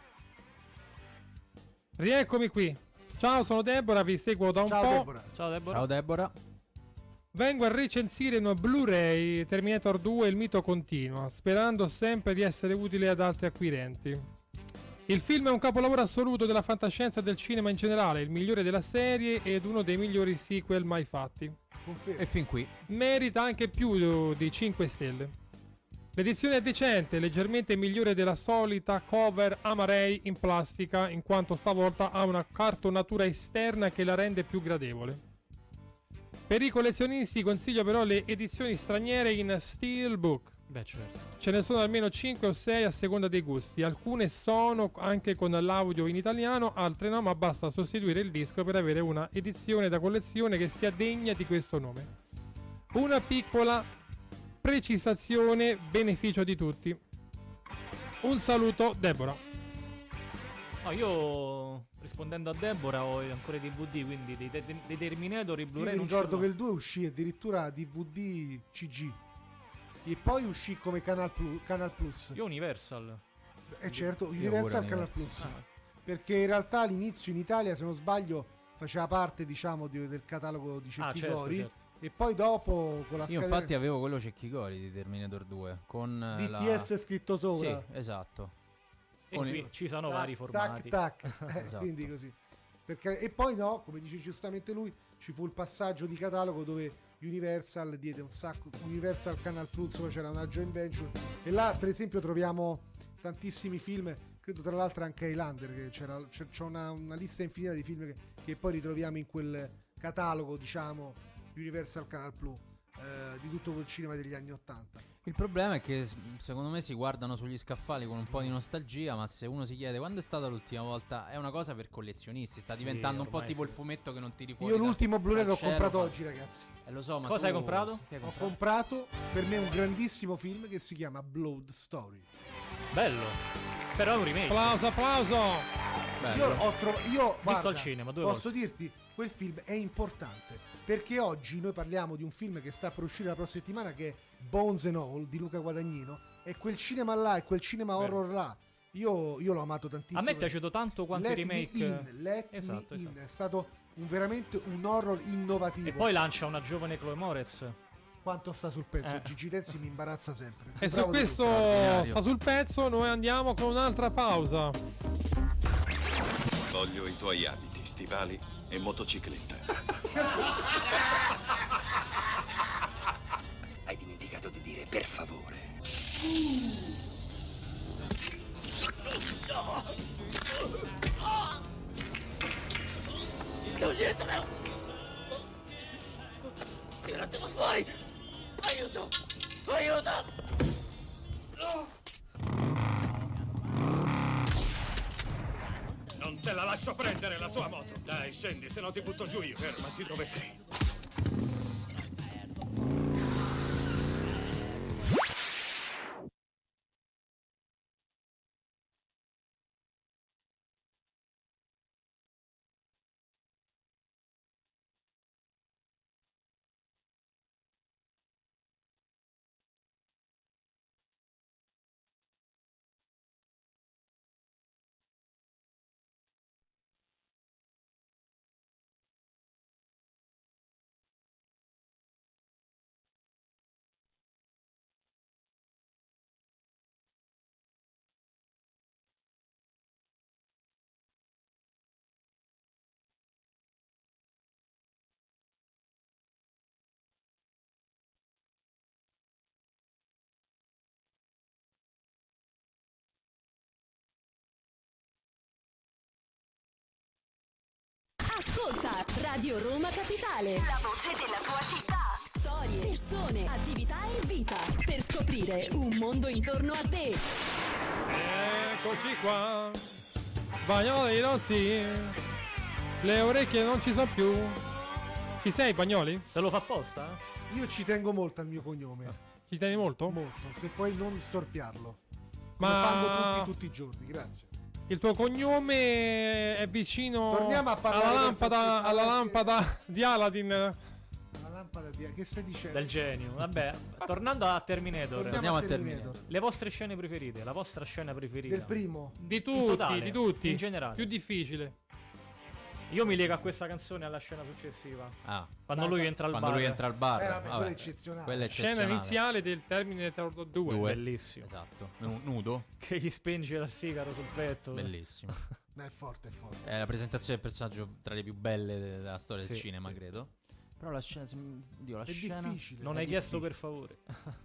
Rieccomi qui. Ciao, sono Deborah, vi seguo da un Ciao po'. Deborah. Ciao Deborah. Ciao Deborah. Vengo a recensire in Blu-ray Terminator 2 il mito continua, sperando sempre di essere utile ad altri acquirenti. Il film è un capolavoro assoluto della fantascienza e del cinema in generale, il migliore della serie ed uno dei migliori sequel mai fatti. Confermo. E fin qui. merita anche più di 5 stelle. L'edizione è decente, leggermente migliore della solita cover Amarei in plastica, in quanto stavolta ha una cartonatura esterna che la rende più gradevole. Per i collezionisti consiglio però le edizioni straniere in Steelbook. Beh, certo. Ce ne sono almeno 5 o 6 a seconda dei gusti. Alcune sono anche con l'audio in italiano, altre no, ma basta sostituire il disco per avere una edizione da collezione che sia degna di questo nome. Una piccola precisazione, beneficio di tutti. Un saluto, Deborah. No, io rispondendo a Deborah ho ancora i DVD, quindi dei, dei, dei Terminator, i Io Blu-ray mi non ce ricordo l'ho. che il 2 uscì addirittura DVD CG e poi uscì come Canal, Plu- Canal Plus. Io Universal. e certo, Sì, Universal pure Canal Plus. Universal. Ah, Perché in realtà all'inizio in Italia, se non sbaglio, faceva parte diciamo di- del catalogo di ah, certo, Cecchigori. certo. E poi dopo con la Io scatola infatti avevo quello cecchicori di Terminator 2 con eh, la DTS scritto sopra. Sì, esatto. E Con qui il- ci sono Tac, vari formati. Tac, tac. Eh, Esatto. Quindi così. Perché- e poi no, come dice giustamente lui, ci fu il passaggio di catalogo dove Universal diede un sacco, Universal Canal Plus, insomma, c'era una joint venture. E là, per esempio, troviamo tantissimi film, credo tra l'altro anche Highlander, che c'era, c'è, c'è una, una lista infinita di film che, che poi ritroviamo in quel catalogo, diciamo, Universal Canal Plus, eh, di tutto quel cinema degli anni Ottanta. Il problema è che s- secondo me si guardano sugli scaffali con un Mm. po' di nostalgia, ma se uno si chiede quando è stata l'ultima volta, è una cosa per collezionisti, sta Sì, diventando un po' ormai tipo sì. il fumetto che non tiri fuori. Io dal- l'ultimo Blu-ray dal l'ho cervo. comprato oggi, ragazzi. Eh, lo so, ma Cosa hai tu- comprato? che hai Ho comprato? comprato per me un grandissimo film che si chiama Blood Story. Bello. Però è un remake. Applauso, applauso. Bello. Io ho trovato. Io guarda, al cinema due Posso dirti, quel film è importante perché oggi noi parliamo di un film che sta per uscire la prossima settimana che è Bones and All di Luca Guadagnino. E quel cinema là, e quel cinema Vero. horror là. Io, io l'ho amato tantissimo. A me è piaciuto tanto quanto i Let Me remake. In, Let Me Esatto, In. esatto. È stato un- veramente un horror innovativo. E poi lancia una giovane Chloe Moretz. Quanto sta sul pezzo? Eh. Gigi Tenzi mi imbarazza sempre. E su Bravo di lui. questo straordinario. sta sul pezzo, noi andiamo con un'altra pausa. Voglio i tuoi abiti, stivali e motocicletta. Hai dimenticato di dire per favore. Toglietemelo! Tiratelo fuori! Aiuto! Aiuto! Non te la lascio prendere la sua moto. Dai, scendi, se no ti butto giù io. Fermati dove sei. Ascolta Radio Roma Capitale. La voce della tua città. Storie, persone, attività e vita. Per scoprire un mondo intorno a te. Eccoci qua. Bagnoli Rossi. Le orecchie non ci sono più. Ci sei, Bagnoli? Te lo fa apposta? Io ci tengo molto al mio cognome. Ci tieni molto? Molto, se puoi non storpiarlo. Ma... Lo Ma- fanno tutti, tutti i giorni, grazie. Il tuo cognome è vicino Torniamo a parlare alla del lampada, festival, alla sì. lampada di Aladdin. La lampada di... Che stai dicendo? Del genio. Vabbè, tornando a Terminator. Torniamo a Le vostre scene preferite, la vostra scena preferita. Del primo. Di In tutti, totale, di tutti. in generale. Più difficile. Io mi lego a questa canzone alla scena successiva. Ah, Quando lui entra al quando bar. lui entra al bar. Eh, vabbè, vabbè. quella è eccezionale. Quella è Scena eccezionale. iniziale del Terminator 2. Due. Bellissimo. Esatto. Nu- Nudo. Che gli spinge il sigaro sul petto. Bellissimo. No, è forte, è forte. È la presentazione del personaggio tra le più belle de- della storia del Sì, cinema, sì, credo. Però la scena. se mi- Oddio, la È difficile. Non È hai chiesto difficile. per favore.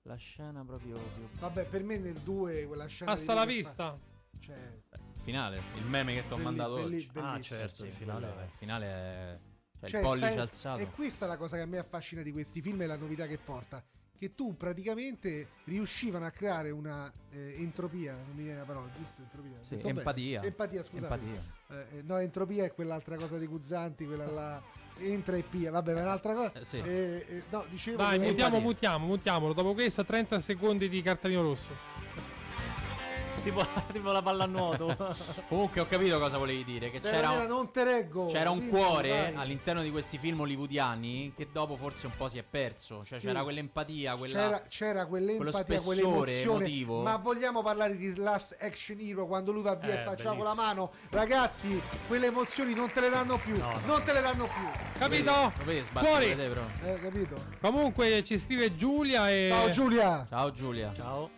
La scena proprio. proprio- Vabbè, per me nel 2 quella scena... Hasta lì la che fa- vista. Cioè, Il Eh, finale. Il meme che ti ho Belli- mandato belli- oggi. bellissimo. Ah, certo, il finale. Il finale è. Cioè, Cioè, il pollice stai- alzato. E questa è la cosa che a me affascina di questi film e la novità che porta. Che tu praticamente riuscivano a creare una eh, entropia, non mi viene la parola, giusto? Entropia. Sì, Detto bene. empatia. Empatia, scusate. Empatia. Eh, eh, no, entropia è quell'altra cosa di Guzzanti, quella là. Entra e pia, vabbè, ma è un'altra cosa. Eh, sì. Eh, eh, no, dicevo. Dai, che- mutiamo, mutiamo, mutiamolo. Dopo questa 30 secondi di cartellino rosso. tipo, tipo la palla a nuoto. Comunque, ho capito cosa volevi dire. Che Dai, c'era. Daniela, non te reggo. C'era un Dimmi, cuore vai. all'interno di questi film hollywoodiani che dopo forse un po' si è perso. Cioè, Sì. c'era quell'empatia, quella. C'era, c'era quell'empatia, spessore quell'emozione. emotivo. Ma vogliamo parlare di Last Action Hero quando lui va via Eh, e faccia con bellissimo. la mano? Ragazzi, quelle emozioni non te le danno più. No, no. Non te le danno più. Capito? Lo vedi sbattere, Fuori. te, però. Eh, capito? Comunque ci scrive Giulia e... Ciao Giulia. Eh. Ciao Giulia. Ciao.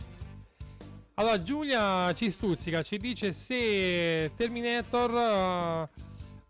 Allora, Giulia ci stuzzica, ci dice se Terminator eh,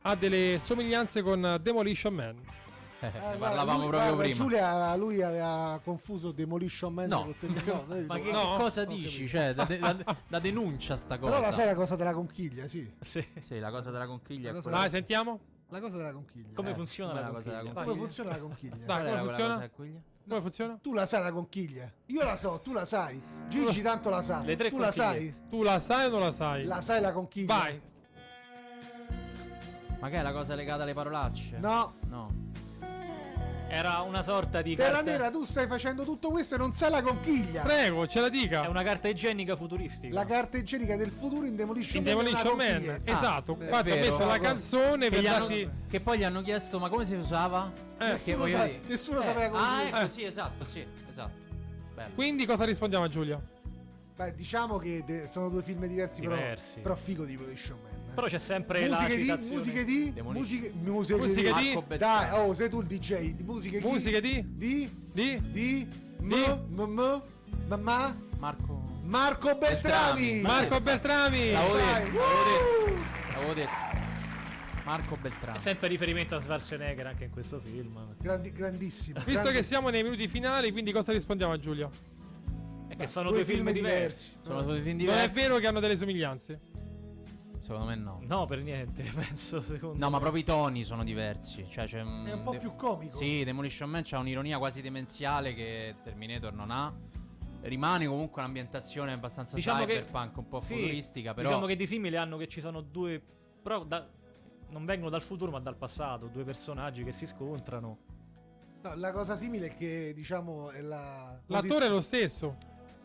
ha delle somiglianze con Demolition Man. Eh, Eh, ne guarda, parlavamo lui- proprio guarda, prima. Giulia, lui aveva confuso Demolition Man No. con Terminator. No, Ma che, no. No, che cosa ho dici? Cioè, da, de- da- da denuncia sta cosa. Però la sai la cosa della conchiglia, sì. Sì. Sì, la cosa della conchiglia. La è cosa quella- Dai, sentiamo. La cosa della conchiglia. Come Eh, funziona com'è la la cosa della conchiglia? conchiglia? Come funziona la conchiglia? Dai, Qual come era quella funziona? cosa della conchiglia? Come funziona? Tu la sai la conchiglia? Io la so, tu la sai. Gigi tanto la sa. Le tre tu la sai? conchigliette. Tu la sai o non la sai? La sai la conchiglia? Vai. Ma che è la cosa legata alle parolacce? No. No. Eh, Era una sorta di Terra carta... Nera, tu stai facendo tutto questo e non sai la conchiglia. Prego, ce la È dica. una carta igienica futuristica. La carta igienica del futuro in Demolition In Man. è una Demolition Man. Eh. conchiglia. esatto, beh, guarda, ha vero. messo la canzone Che, per gli hanno- darti... che poi gli hanno chiesto, ma come si usava? Perché nessuno voglio sa- dire- nessuno sapeva come Ah, si- ecco, eh. sì, esatto, sì, esatto. Bello. Quindi cosa rispondiamo a Giulia? Beh, diciamo che de- sono due film diversi, però- Diversi. Però, figo di Demolition Man. eh. Però c'è sempre la musiche di, citazione. musiche di, Demolition. musiche, musiche, Musiche di- di. Marco Bezzecchi. Dai, oh, sei tu il DJ. di Musiche, Musiche di. di- Di. Di? Di. M. M. M. Mamma. Marco. Marco Beltrami. Beltrami. Marco Eh, Beltrami! L'avevo Vai. detto, l'avevo detto, l'avevo detto. Marco È Beltrano. sempre riferimento a Schwarzenegger anche in questo film. Grandi- grandissimo. Visto grandi- che siamo nei minuti finali, quindi cosa rispondiamo a Giulia? E che sono due, film diversi. Sono tutti Non film diversi. è vero che hanno delle somiglianze. Secondo me no. No, per niente, penso secondo No, ma me. proprio i toni sono diversi. Cioè, c'è un, È un po' de- più comico. Sì, Demolition Man c'ha un'ironia quasi demenziale che Terminator non ha. Rimane comunque un'ambientazione abbastanza cyberpunk, un po' Diciamo sì, futuristica, però Diciamo che di simile hanno che ci sono due. Però da- non vengono dal futuro, ma dal passato. Due personaggi che si scontrano. No, la cosa simile è che, diciamo, è la. L'attore è lo stesso.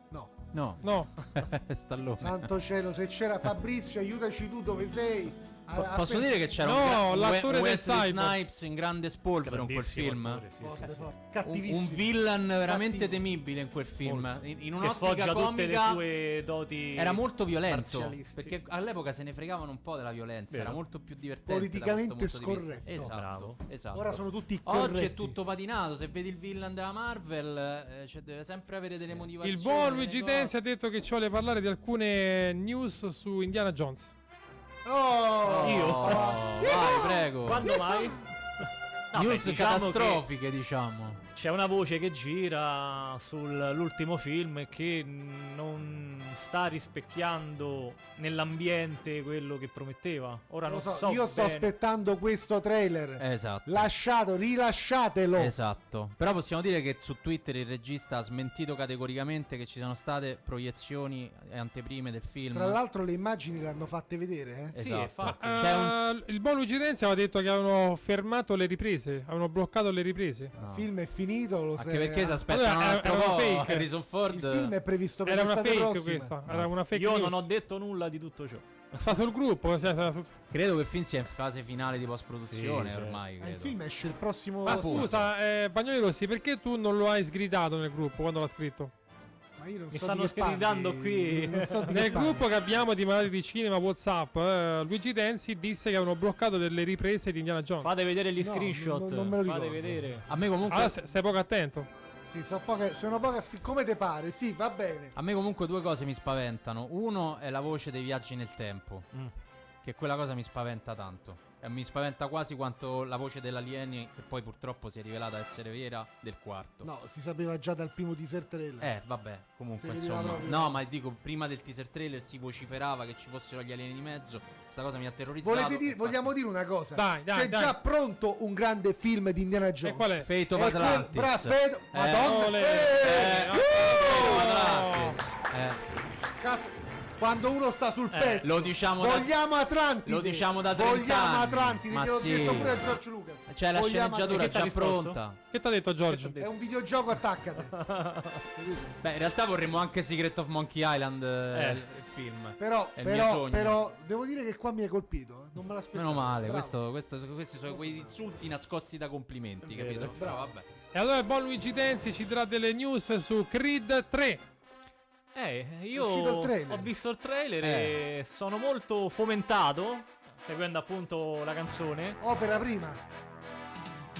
No. no. No. Stallone. Santo cielo, se c'era Fabrizio, aiutaci tu dove sei. Po- A- Posso appena- dire che c'era No, un gra- un l'attore del We- Wesley cyborg. Snipes in grande spolvero in quel Grandissimo film? attore, sì, Forte, sì, sì. forte. un, Cattivissimo. un villain veramente Cattivo. temibile in quel film. Molto. In, in Che sfoggia un'ottica tutte le comica sue doti. era molto violento. marzialisti. Perché all'epoca se ne fregavano un po' della violenza, Vero. era molto più divertente. da Politicamente questo punto di vista. scorretto. Esatto, Bravo. esatto. Ora sono tutti corretti. Oggi è tutto patinato. Se vedi il villain della Marvel, eh, cioè, deve sempre avere delle motivazioni. Eh, Il buon delle Luigi cose. Tenzi ha detto che ci vuole parlare di alcune news su Indiana Jones. Oh! Oh, Io? vai, prego. Quando mai? No, beh, News diciamo catastrofiche, diciamo. C'è una voce che gira sull'ultimo film che non sta rispecchiando nell'ambiente quello che prometteva. Ora Non non, lo so, so, io sto bene. aspettando questo trailer. Esatto. Lasciato, rilasciatelo. Esatto. Però possiamo dire che su Twitter il regista ha smentito categoricamente che ci sono state proiezioni e anteprime del film. Tra l'altro, le immagini le hanno fatte vedere. Eh? Esatto. Sì, infatti. C'è un... Eh, Il buon Luigi Renzi aveva detto che avevano fermato le riprese, avevano bloccato le riprese. Il no. film è finito. Lo Ah. Anche sai- perché si ah, aspettano un Allora, era- altro era po'. eh, una fake. Harrison Ford. il film è previsto per Era una l'estate fake prossima. Ah, questa, era una fake Io news. non ho detto nulla di tutto ciò. Sta sul gruppo, cioè, sta su- Credo che il film sia in fase finale di post-produzione Sì, certo. ormai. Ah, il credo. film esce il prossimo. Ma Appunto. scusa, eh, Bagnoli Rossi, perché tu non lo hai sgridato nel gruppo quando l'ha scritto? Ma io non Mi so stanno di che parli, sgridando qui. non so di che Nel parli. gruppo che abbiamo di malati di cinema WhatsApp, eh, Luigi Renzi disse che avevano bloccato delle riprese di Indiana Jones. Fate vedere gli No, screenshot. non- non me lo Fate ricordo. vedere. A me comunque. Allora, se- sei poco attento. Sì, sono poche, sono poche. Come te pare? Sì, va bene. A me comunque due cose mi spaventano. Uno è la voce dei viaggi nel tempo, Mm. che quella cosa mi spaventa tanto. E mi spaventa quasi quanto la voce dell'alieni, che poi purtroppo si è rivelata essere vera, del quarto. No, si sapeva già dal primo teaser trailer. Eh, vabbè, comunque Si vedeva insomma. proprio. No, ma dico, prima del teaser trailer si vociferava che ci fossero gli alieni di mezzo. Questa cosa mi ha terrorizzato. Volete dire- Infatti- vogliamo dire una cosa? Dai, dai, C'è dai. già pronto un grande film di Indiana Jones. qual è? Fate of E quel- Atlantis. Eh, bra- Fate- Eh, Madonna. ole. Eh, Eh, Ah, Fate of oh. Atlantis. Eh. Scatto. Quando uno sta sul Eh, pezzo, lo diciamo da- vogliamo Atlantide. lo diciamo da 30 Vogliamo anni. Atlantide, Ma gliel'ho sì. detto pure a George Lucas. C'è Cioè, la Vogliamo sceneggiatura Che t'ha già risposto? pronta. Che ti ha detto Giorgio? Atlantide. È un videogioco, attaccate. Beh, in realtà vorremmo anche Secret of Monkey Island eh, Eh. il il film. Però, È il mio però, sogno. però, devo dire che qua mi hai colpito. eh. Non me l'aspettavo. Meno male, Bravo. questo- questo- questi sono quegli insulti nascosti da complimenti, È vero, capito? è Però vabbè. E allora il buon Luigi Renzi ci darà delle news su Creed 3. Eh, io È uscito il trailer. ho visto il trailer Eh. e sono molto fomentato. Seguendo appunto la canzone. Opera prima.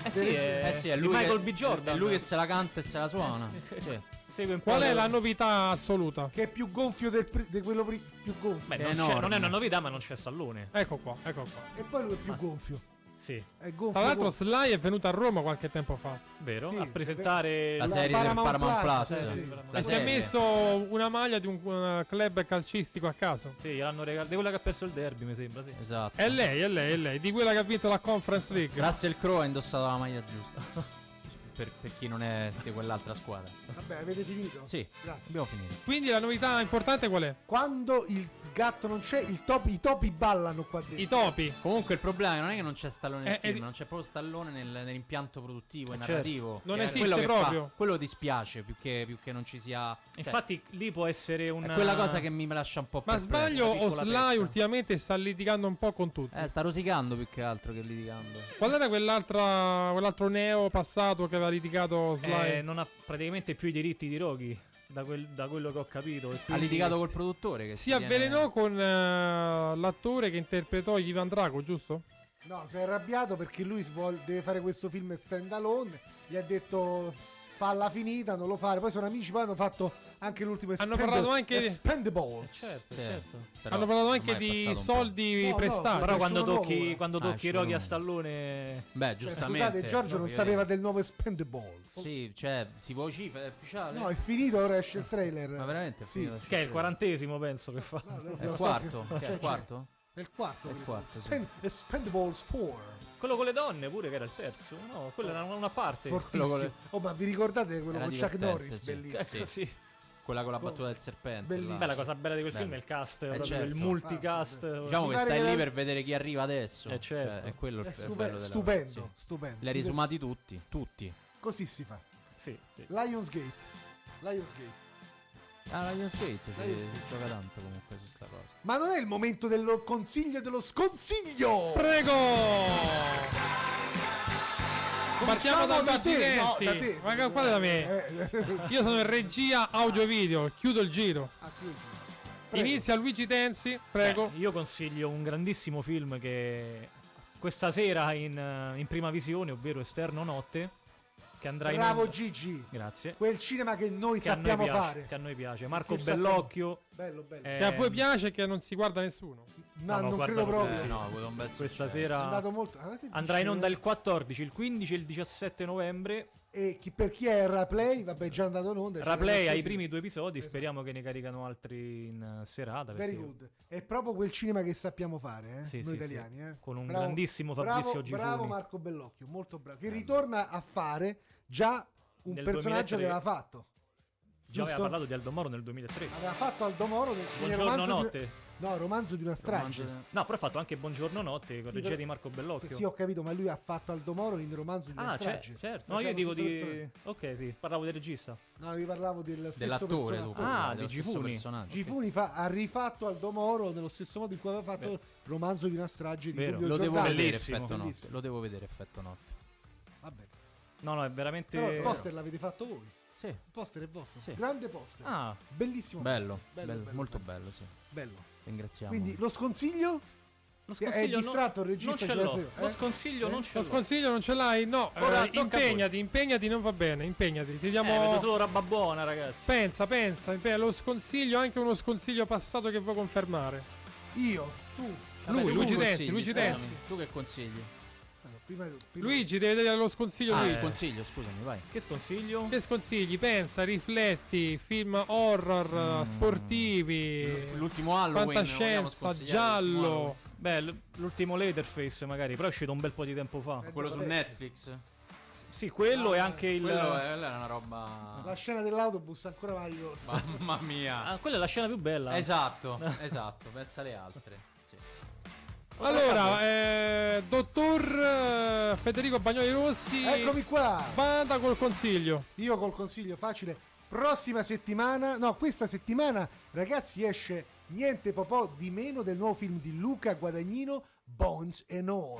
Eh sì, è, Eh sì, è di lui, Michael che, B. Jordan. Eh è lui che se la canta e se la suona. Sì. segue in Qual è parallelo. la novità assoluta? Che è più gonfio del pri- di quello pri- più gonfio. Beh, È non, c'è- enorme. non è una novità, ma non c'è Stallone. Ecco qua, ecco qua. E poi lui è più Ah, sì. gonfio. Sì, È gonfio. Tra l'altro gonfio. Sly è venuto a Roma qualche tempo fa. vero? Sì, a presentare La La serie del Paramount Paramount Plus. Plus, eh, sì. La E si è serie. messo una maglia di un un club calcistico a caso. Sì, gliel'hanno regalato. Di quella che ha perso il derby, mi sembra, sì. Esatto. È lei, è lei, è lei, di quella che ha vinto la Conference League. Russell Crowe ha indossato la maglia giusta. per, per chi non è di quell'altra squadra. Vabbè, avete finito? Sì, Grazie. abbiamo finito. Quindi la novità importante qual è? Quando il gatto non c'è, il top- i topi ballano qua dentro. I topi. Comunque il problema non è che non c'è Stallone nel Eh, eh, film, non c'è proprio Stallone nel- nell'impianto produttivo e certo. narrativo. Non Che è esiste quello che proprio. fa- quello dispiace più che, più che non ci sia. cioè, Infatti, lì può essere è una. quella cosa che mi lascia un po' Ma perplesso. sbaglio o piccola Sly pezza. ultimamente sta litigando un po' con tutti. Eh, sta rosicando più che altro che litigando. Qual era quell'altra, quell'altro neo passato che aveva litigato Sly? Eh, non ha praticamente più i diritti di Rocky, da, quel- da quello che ho capito. e Ha quindi- litigato col produttore che si si tiene- avvelenò con eh, l'attore che interpretò Ivan Drago, giusto? No, si è arrabbiato perché lui svol- deve fare questo film stand alone. Gli ha detto falla finita, non lo fare. Poi sono amici, poi hanno fatto anche l'ultimo Hanno parlato anche di- Spendable. Eh, certo, Sì, certo. però Hanno parlato anche ormai è di passato un po'. soldi No, no, prestati. Ah, C'è Però quando uno nuovo, tocchi, eh. quando Ah, tocchi c'è uno Rocky a nuovo. Stallone. Beh, giustamente. Cioè, Scusate, Giorgio non voglio sapeva dire. del nuovo Spendable. Sì, cioè, si vocifera, è ufficiale. No, è finito, ora esce il trailer. Ma veramente è Sì. finito. Che è il quarantesimo, penso che fa. No, È il lo so quarto? che- Che è cioè, il quarto? cioè, Nel quarto. È il credo. quarto, sì. Spend- è Spendables 4. Quello con le donne pure, che era il terzo. No, quella era una parte. Fortissimo. quello con le- Oh, ma vi ricordate quello Era con Chuck divertente, Norris? sì. Bellissimo. Ecco, Boh. Eh, Sì. sì. Quella con la battuta del serpente. là. Bellissimo. Beh, la cosa bella di quel Bello. film è il cast, Eh, proprio certo. il multicast. Diciamo Mi che pare stai che lì la- per vedere chi arriva adesso. Eh, certo. Cioè, è quello il È il stupe- bello della stupendo, cosa, sì. stupendo. Li ha risumati tutti, tutti. Così si fa. Sì, sì. Lionsgate. Lionsgate. Ah, Lionsgate ci, Lionsgate. ci gioca tanto comunque su sta cosa. Ma non è il momento del consiglio e dello sconsiglio! Prego! Partiamo da Cominciamo da Luigi te, no, Renzi. da te. Ma che- quale da me? Eh, Io sono in regia audio video, chiudo il giro. ah, chiudi. Prego. Inizia Luigi Tensi, prego. Beh, io consiglio un grandissimo film che questa sera in, eh, in prima visione, ovvero Esterno Notte, Che andrà in Bravo onda- Gigi. Grazie. Quel cinema che noi Che a noi sappiamo piace, fare. Che a noi piace. Marco Che sappiamo- Bellocchio. Bello, bello. eh, Che a voi piace e che non si guarda nessuno. No, non guarda, credo proprio. Eh, no, ha avuto un bel Questa successo. È sera andato molto- Ah, te andrà in dice- onda il 14, il 15 e il 17 novembre. E chi- per chi è Raplay, vabbè, è già andato in onda. Raplay c'è ai la- primi due episodi. Esatto. Speriamo che ne caricano altri in eh, serata. Very perché- good. È proprio quel cinema che sappiamo fare, eh? Sì, noi sì, italiani. sì. eh. Con un grandissimo Fabrizio bravo, Bravo Gifuni. Marco Bellocchio, molto bravo. Che ritorna a fare già un Nel personaggio 2003. che aveva fatto. Già aveva Giusto? parlato di Aldo Moro nel 2003. Aveva fatto Aldo Moro nel nel Buongiorno romanzo di- notte. No, romanzo di una strage. Romanzo- No, però ha fatto anche Buongiorno Notte con Sì, regia però- di Marco Bellocchio. Sì, ho capito, ma lui ha fatto Aldo Moro in romanzo di una ah, c'è, strage. certo. Faceva No, io lo dico stesso di. personaggio. Ok, sì, parlavo del regista. No, io parlavo del stesso Dell'attore personaggio. tu, Ah, proprio, dello di stesso Gifuni. personaggio. Gifuni fa- ha rifatto Aldo Moro nello stesso modo in cui aveva fatto romanzo di una strage di Vero. Giulio Lo devo Giordano. vedere Bellissimo. effetto notte. Bellissimo. Lo devo vedere effetto notte. Vabbè. No, no, è veramente. Però il poster l'avete fatto voi. Sì. Il poster è vostro. Sì. Grande poster. Ah, Bellissimo. Bello, poster. bello, molto bello, sì. bello. Ringraziamo. Quindi lo sconsiglio? È lo sconsiglio. non- distratto il regista, Non ce ce l'ho. l'ho. Lo Eh? sconsiglio, Eh? non ce Lo l'ho. sconsiglio non ce l'hai? No. Ora Eh, tocca a voi. impegnati, impegnati, non va bene. Impegnati. Ti Eh, vedo diamo. solo roba buona, ragazzi. Pensa, pensa, impegna. Lo sconsiglio, anche uno sconsiglio passato che vuoi confermare. Io, tu. Vabbè, lui, Luigi tu che Denzi, consigli, Luigi scusami, Denzi. Tu che consigli? Allora, prima, prima- Luigi, deve dare lo sconsiglio Ah, lui. il consiglio, scusami, vai. Che sconsiglio? Che sconsigli? Pensa, rifletti, film horror, Mm. sportivi, Eh, L'ultimo Halloween. vogliamo fantascienza, sconsigliare l'ultimo giallo. Halloween. Beh, l- l'ultimo Leatherface, magari. Però è uscito un bel po' di tempo fa. Eh, Quello su vabbè, Netflix. Sì, quello Ah, e anche il. Quello è, quella è una roba. La scena dell'autobus ancora Mario. Mamma mia. Ah, quella è la scena più bella. Esatto, esatto. Pensa alle altre. Sì. Eh, Allora, eh, dottor eh, Federico Bagnoli Rossi, Eccomi qua. vada col consiglio. Io col consiglio facile. Prossima settimana, no, questa settimana, ragazzi, esce niente popò di meno del nuovo film di Luca Guadagnino, Bones and All.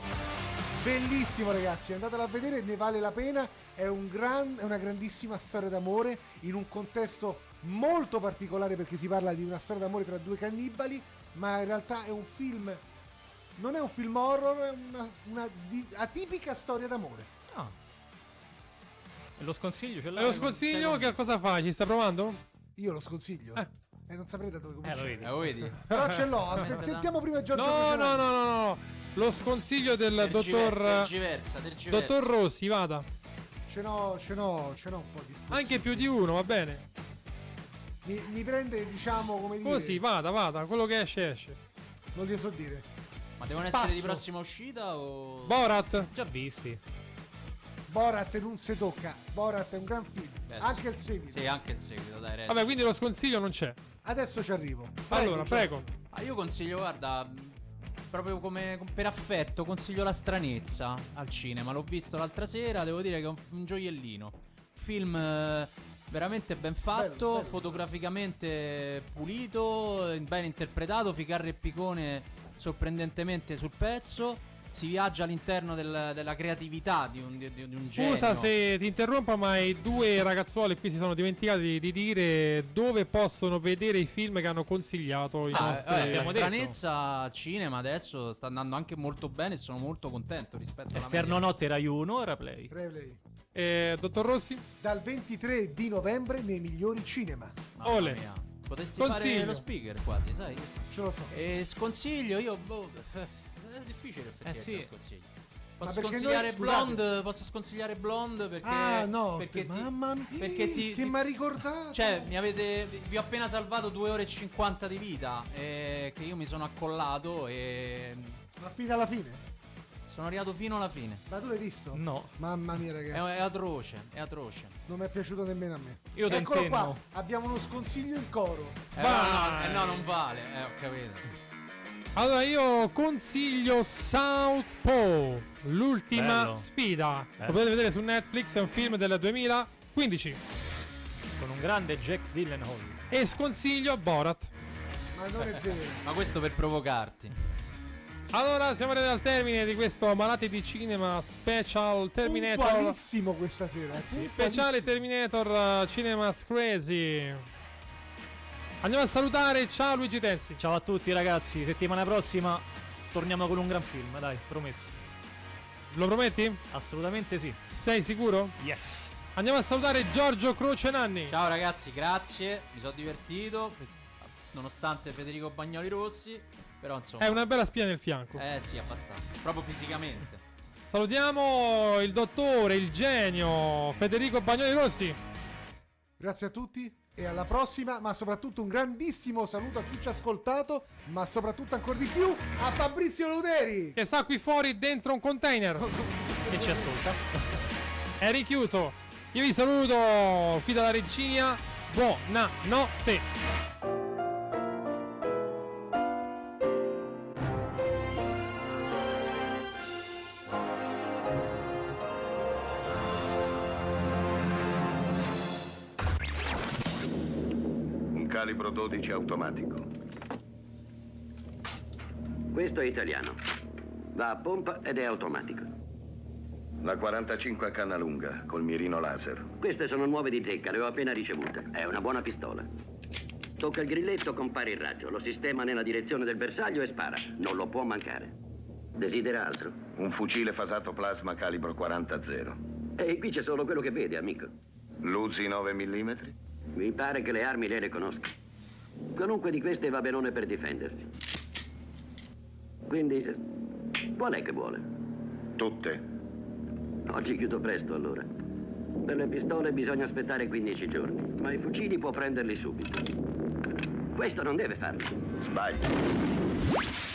Bellissimo, ragazzi, andatelo a vedere, ne vale la pena. È, un gran- è una grandissima storia d'amore in un contesto molto particolare perché si parla di una storia d'amore tra due cannibali, ma in realtà è un film. Non è un film horror, è una, una di- atipica storia d'amore. Ah. E lo sconsiglio ce E l'ha. lo sconsiglio, che cosa fai? Ci sta provando? Io lo sconsiglio. Eh. E non saprei da dove Eh, cominciare. lo vedi. Eh, vedi? Però ce l'ho, aspetta, sentiamo prima Giorgio No, Cucinelli. no, no, no, no, no. Lo sconsiglio del dottor, Tergiversa, dottor Rossi, vada. Ce n'ho, ce n'ho, ce n'ho un po' di sconsigli. Anche più di uno, va bene. Mi, mi prende, diciamo, come dire... Così, vada, vada, quello che esce esce. Non li so dire. Ma devono essere di Passo. prossima uscita o. Borat, Già visti. Borat non si tocca. Borat è un gran film. Beh, sì. Anche il seguito. Sì, anche il seguito, dai, Reggi. vabbè, quindi lo sconsiglio non c'è. Adesso ci arrivo. Allora, Giorgio. prego. Ah, io consiglio, guarda, mh, proprio come com- per affetto, consiglio la stranezza al cinema. L'ho visto l'altra sera, devo dire che è un, un gioiellino. Film eh, veramente ben fatto, bello. fotograficamente pulito, eh, ben interpretato, Ficarra e Picone sorprendentemente sul pezzo. Si viaggia all'interno del- della creatività di un, di, di un genio. Scusa se ti interrompo, ma i due ragazzuoli qui si sono dimenticati di, di dire dove possono vedere i film che hanno consigliato i Ah, nostri. eh, la abbiamo detto. stranezza al cinema adesso sta andando anche molto bene e sono molto contento rispetto alla Esterno media. notte Rai 1 era Play. Replay. Eh, dottor Rossi? Dal 23 di novembre nei migliori cinema. Mamma Ole. mia. Potresti fare Consiglio. lo speaker quasi, sai? Ce lo Eh. so. E Eh, sconsiglio io. boh, eh, è difficile effettivamente Eh sì. lo sconsiglio. Posso perché sconsigliare noi- scusate. Blonde? Posso sconsigliare Blonde perché. ah, no. perché che- ti- mamma mia. Perché ti. che ti- mi ha ricordato. cioè, mi avete. vi- Vi ho appena salvato 2 ore e 50 di vita. eh, che io mi sono accollato e. Ma fino alla fine. Sono arrivato fino alla fine. Ma tu l'hai visto? No. Mamma mia, È, Eh, ragazzi. è atroce, è atroce. Non mi è piaciuto nemmeno a me. Io Eccolo tentenno. qua. Abbiamo uno sconsiglio in coro. Eh, no, no, eh, no, non vale. Eh, ho capito. Allora, io consiglio Southpaw, l'ultima Bello. sfida. Bello. Lo potete vedere su Netflix, è un film del 2015. Con un grande Jack Villeneuve. E sconsiglio Borat. Ma non è vero. Ma questo per provocarti. Allora, siamo arrivati al termine di questo Malati di Cinema Special Terminator. Puntualissimo questa sera. Speciale Terminator eh, Cinema Crazy. Andiamo a salutare, ciao Luigi Tensi. Ciao a tutti ragazzi, settimana prossima torniamo con un gran film, dai, promesso. Lo prometti? Assolutamente sì. Sei sicuro? Yes. Andiamo a salutare Giorgio Croce Nanni. Ciao ragazzi, grazie, mi sono divertito, nonostante Federico Bagnoli Rossi, però insomma... È una bella spina nel fianco. Eh sì, abbastanza, proprio fisicamente. Salutiamo il dottore, il genio Federico Bagnoli Rossi. Grazie a tutti e alla prossima, ma soprattutto un grandissimo saluto a chi ci ha ascoltato, ma soprattutto ancora di più a Fabrizio Luderi. Che sta qui fuori dentro un container. Che ci ascolta. È richiuso. Io vi saluto qui dalla regia. Buonanotte. Un calibro 12 automatico. Questo è italiano. Va a pompa ed è automatico. La 45 a canna lunga, col mirino laser. Queste sono nuove di zecca, le ho appena ricevute. È una buona pistola. Tocca il grilletto, compare il raggio, lo sistema nella direzione del bersaglio e spara. Non lo può mancare. Desidera altro? Un fucile fasato plasma calibro 40-0. E qui c'è solo quello che vede, amico. Luzi 9 mm? Mi pare che le armi le riconosca. Qualunque di queste va benone per difendersi. Quindi, eh, qual è che vuole? Tutte. Oggi chiudo presto allora. Per le pistole bisogna aspettare 15 giorni, ma i fucili può prenderli subito. Questo non deve farlo. Sbaglio.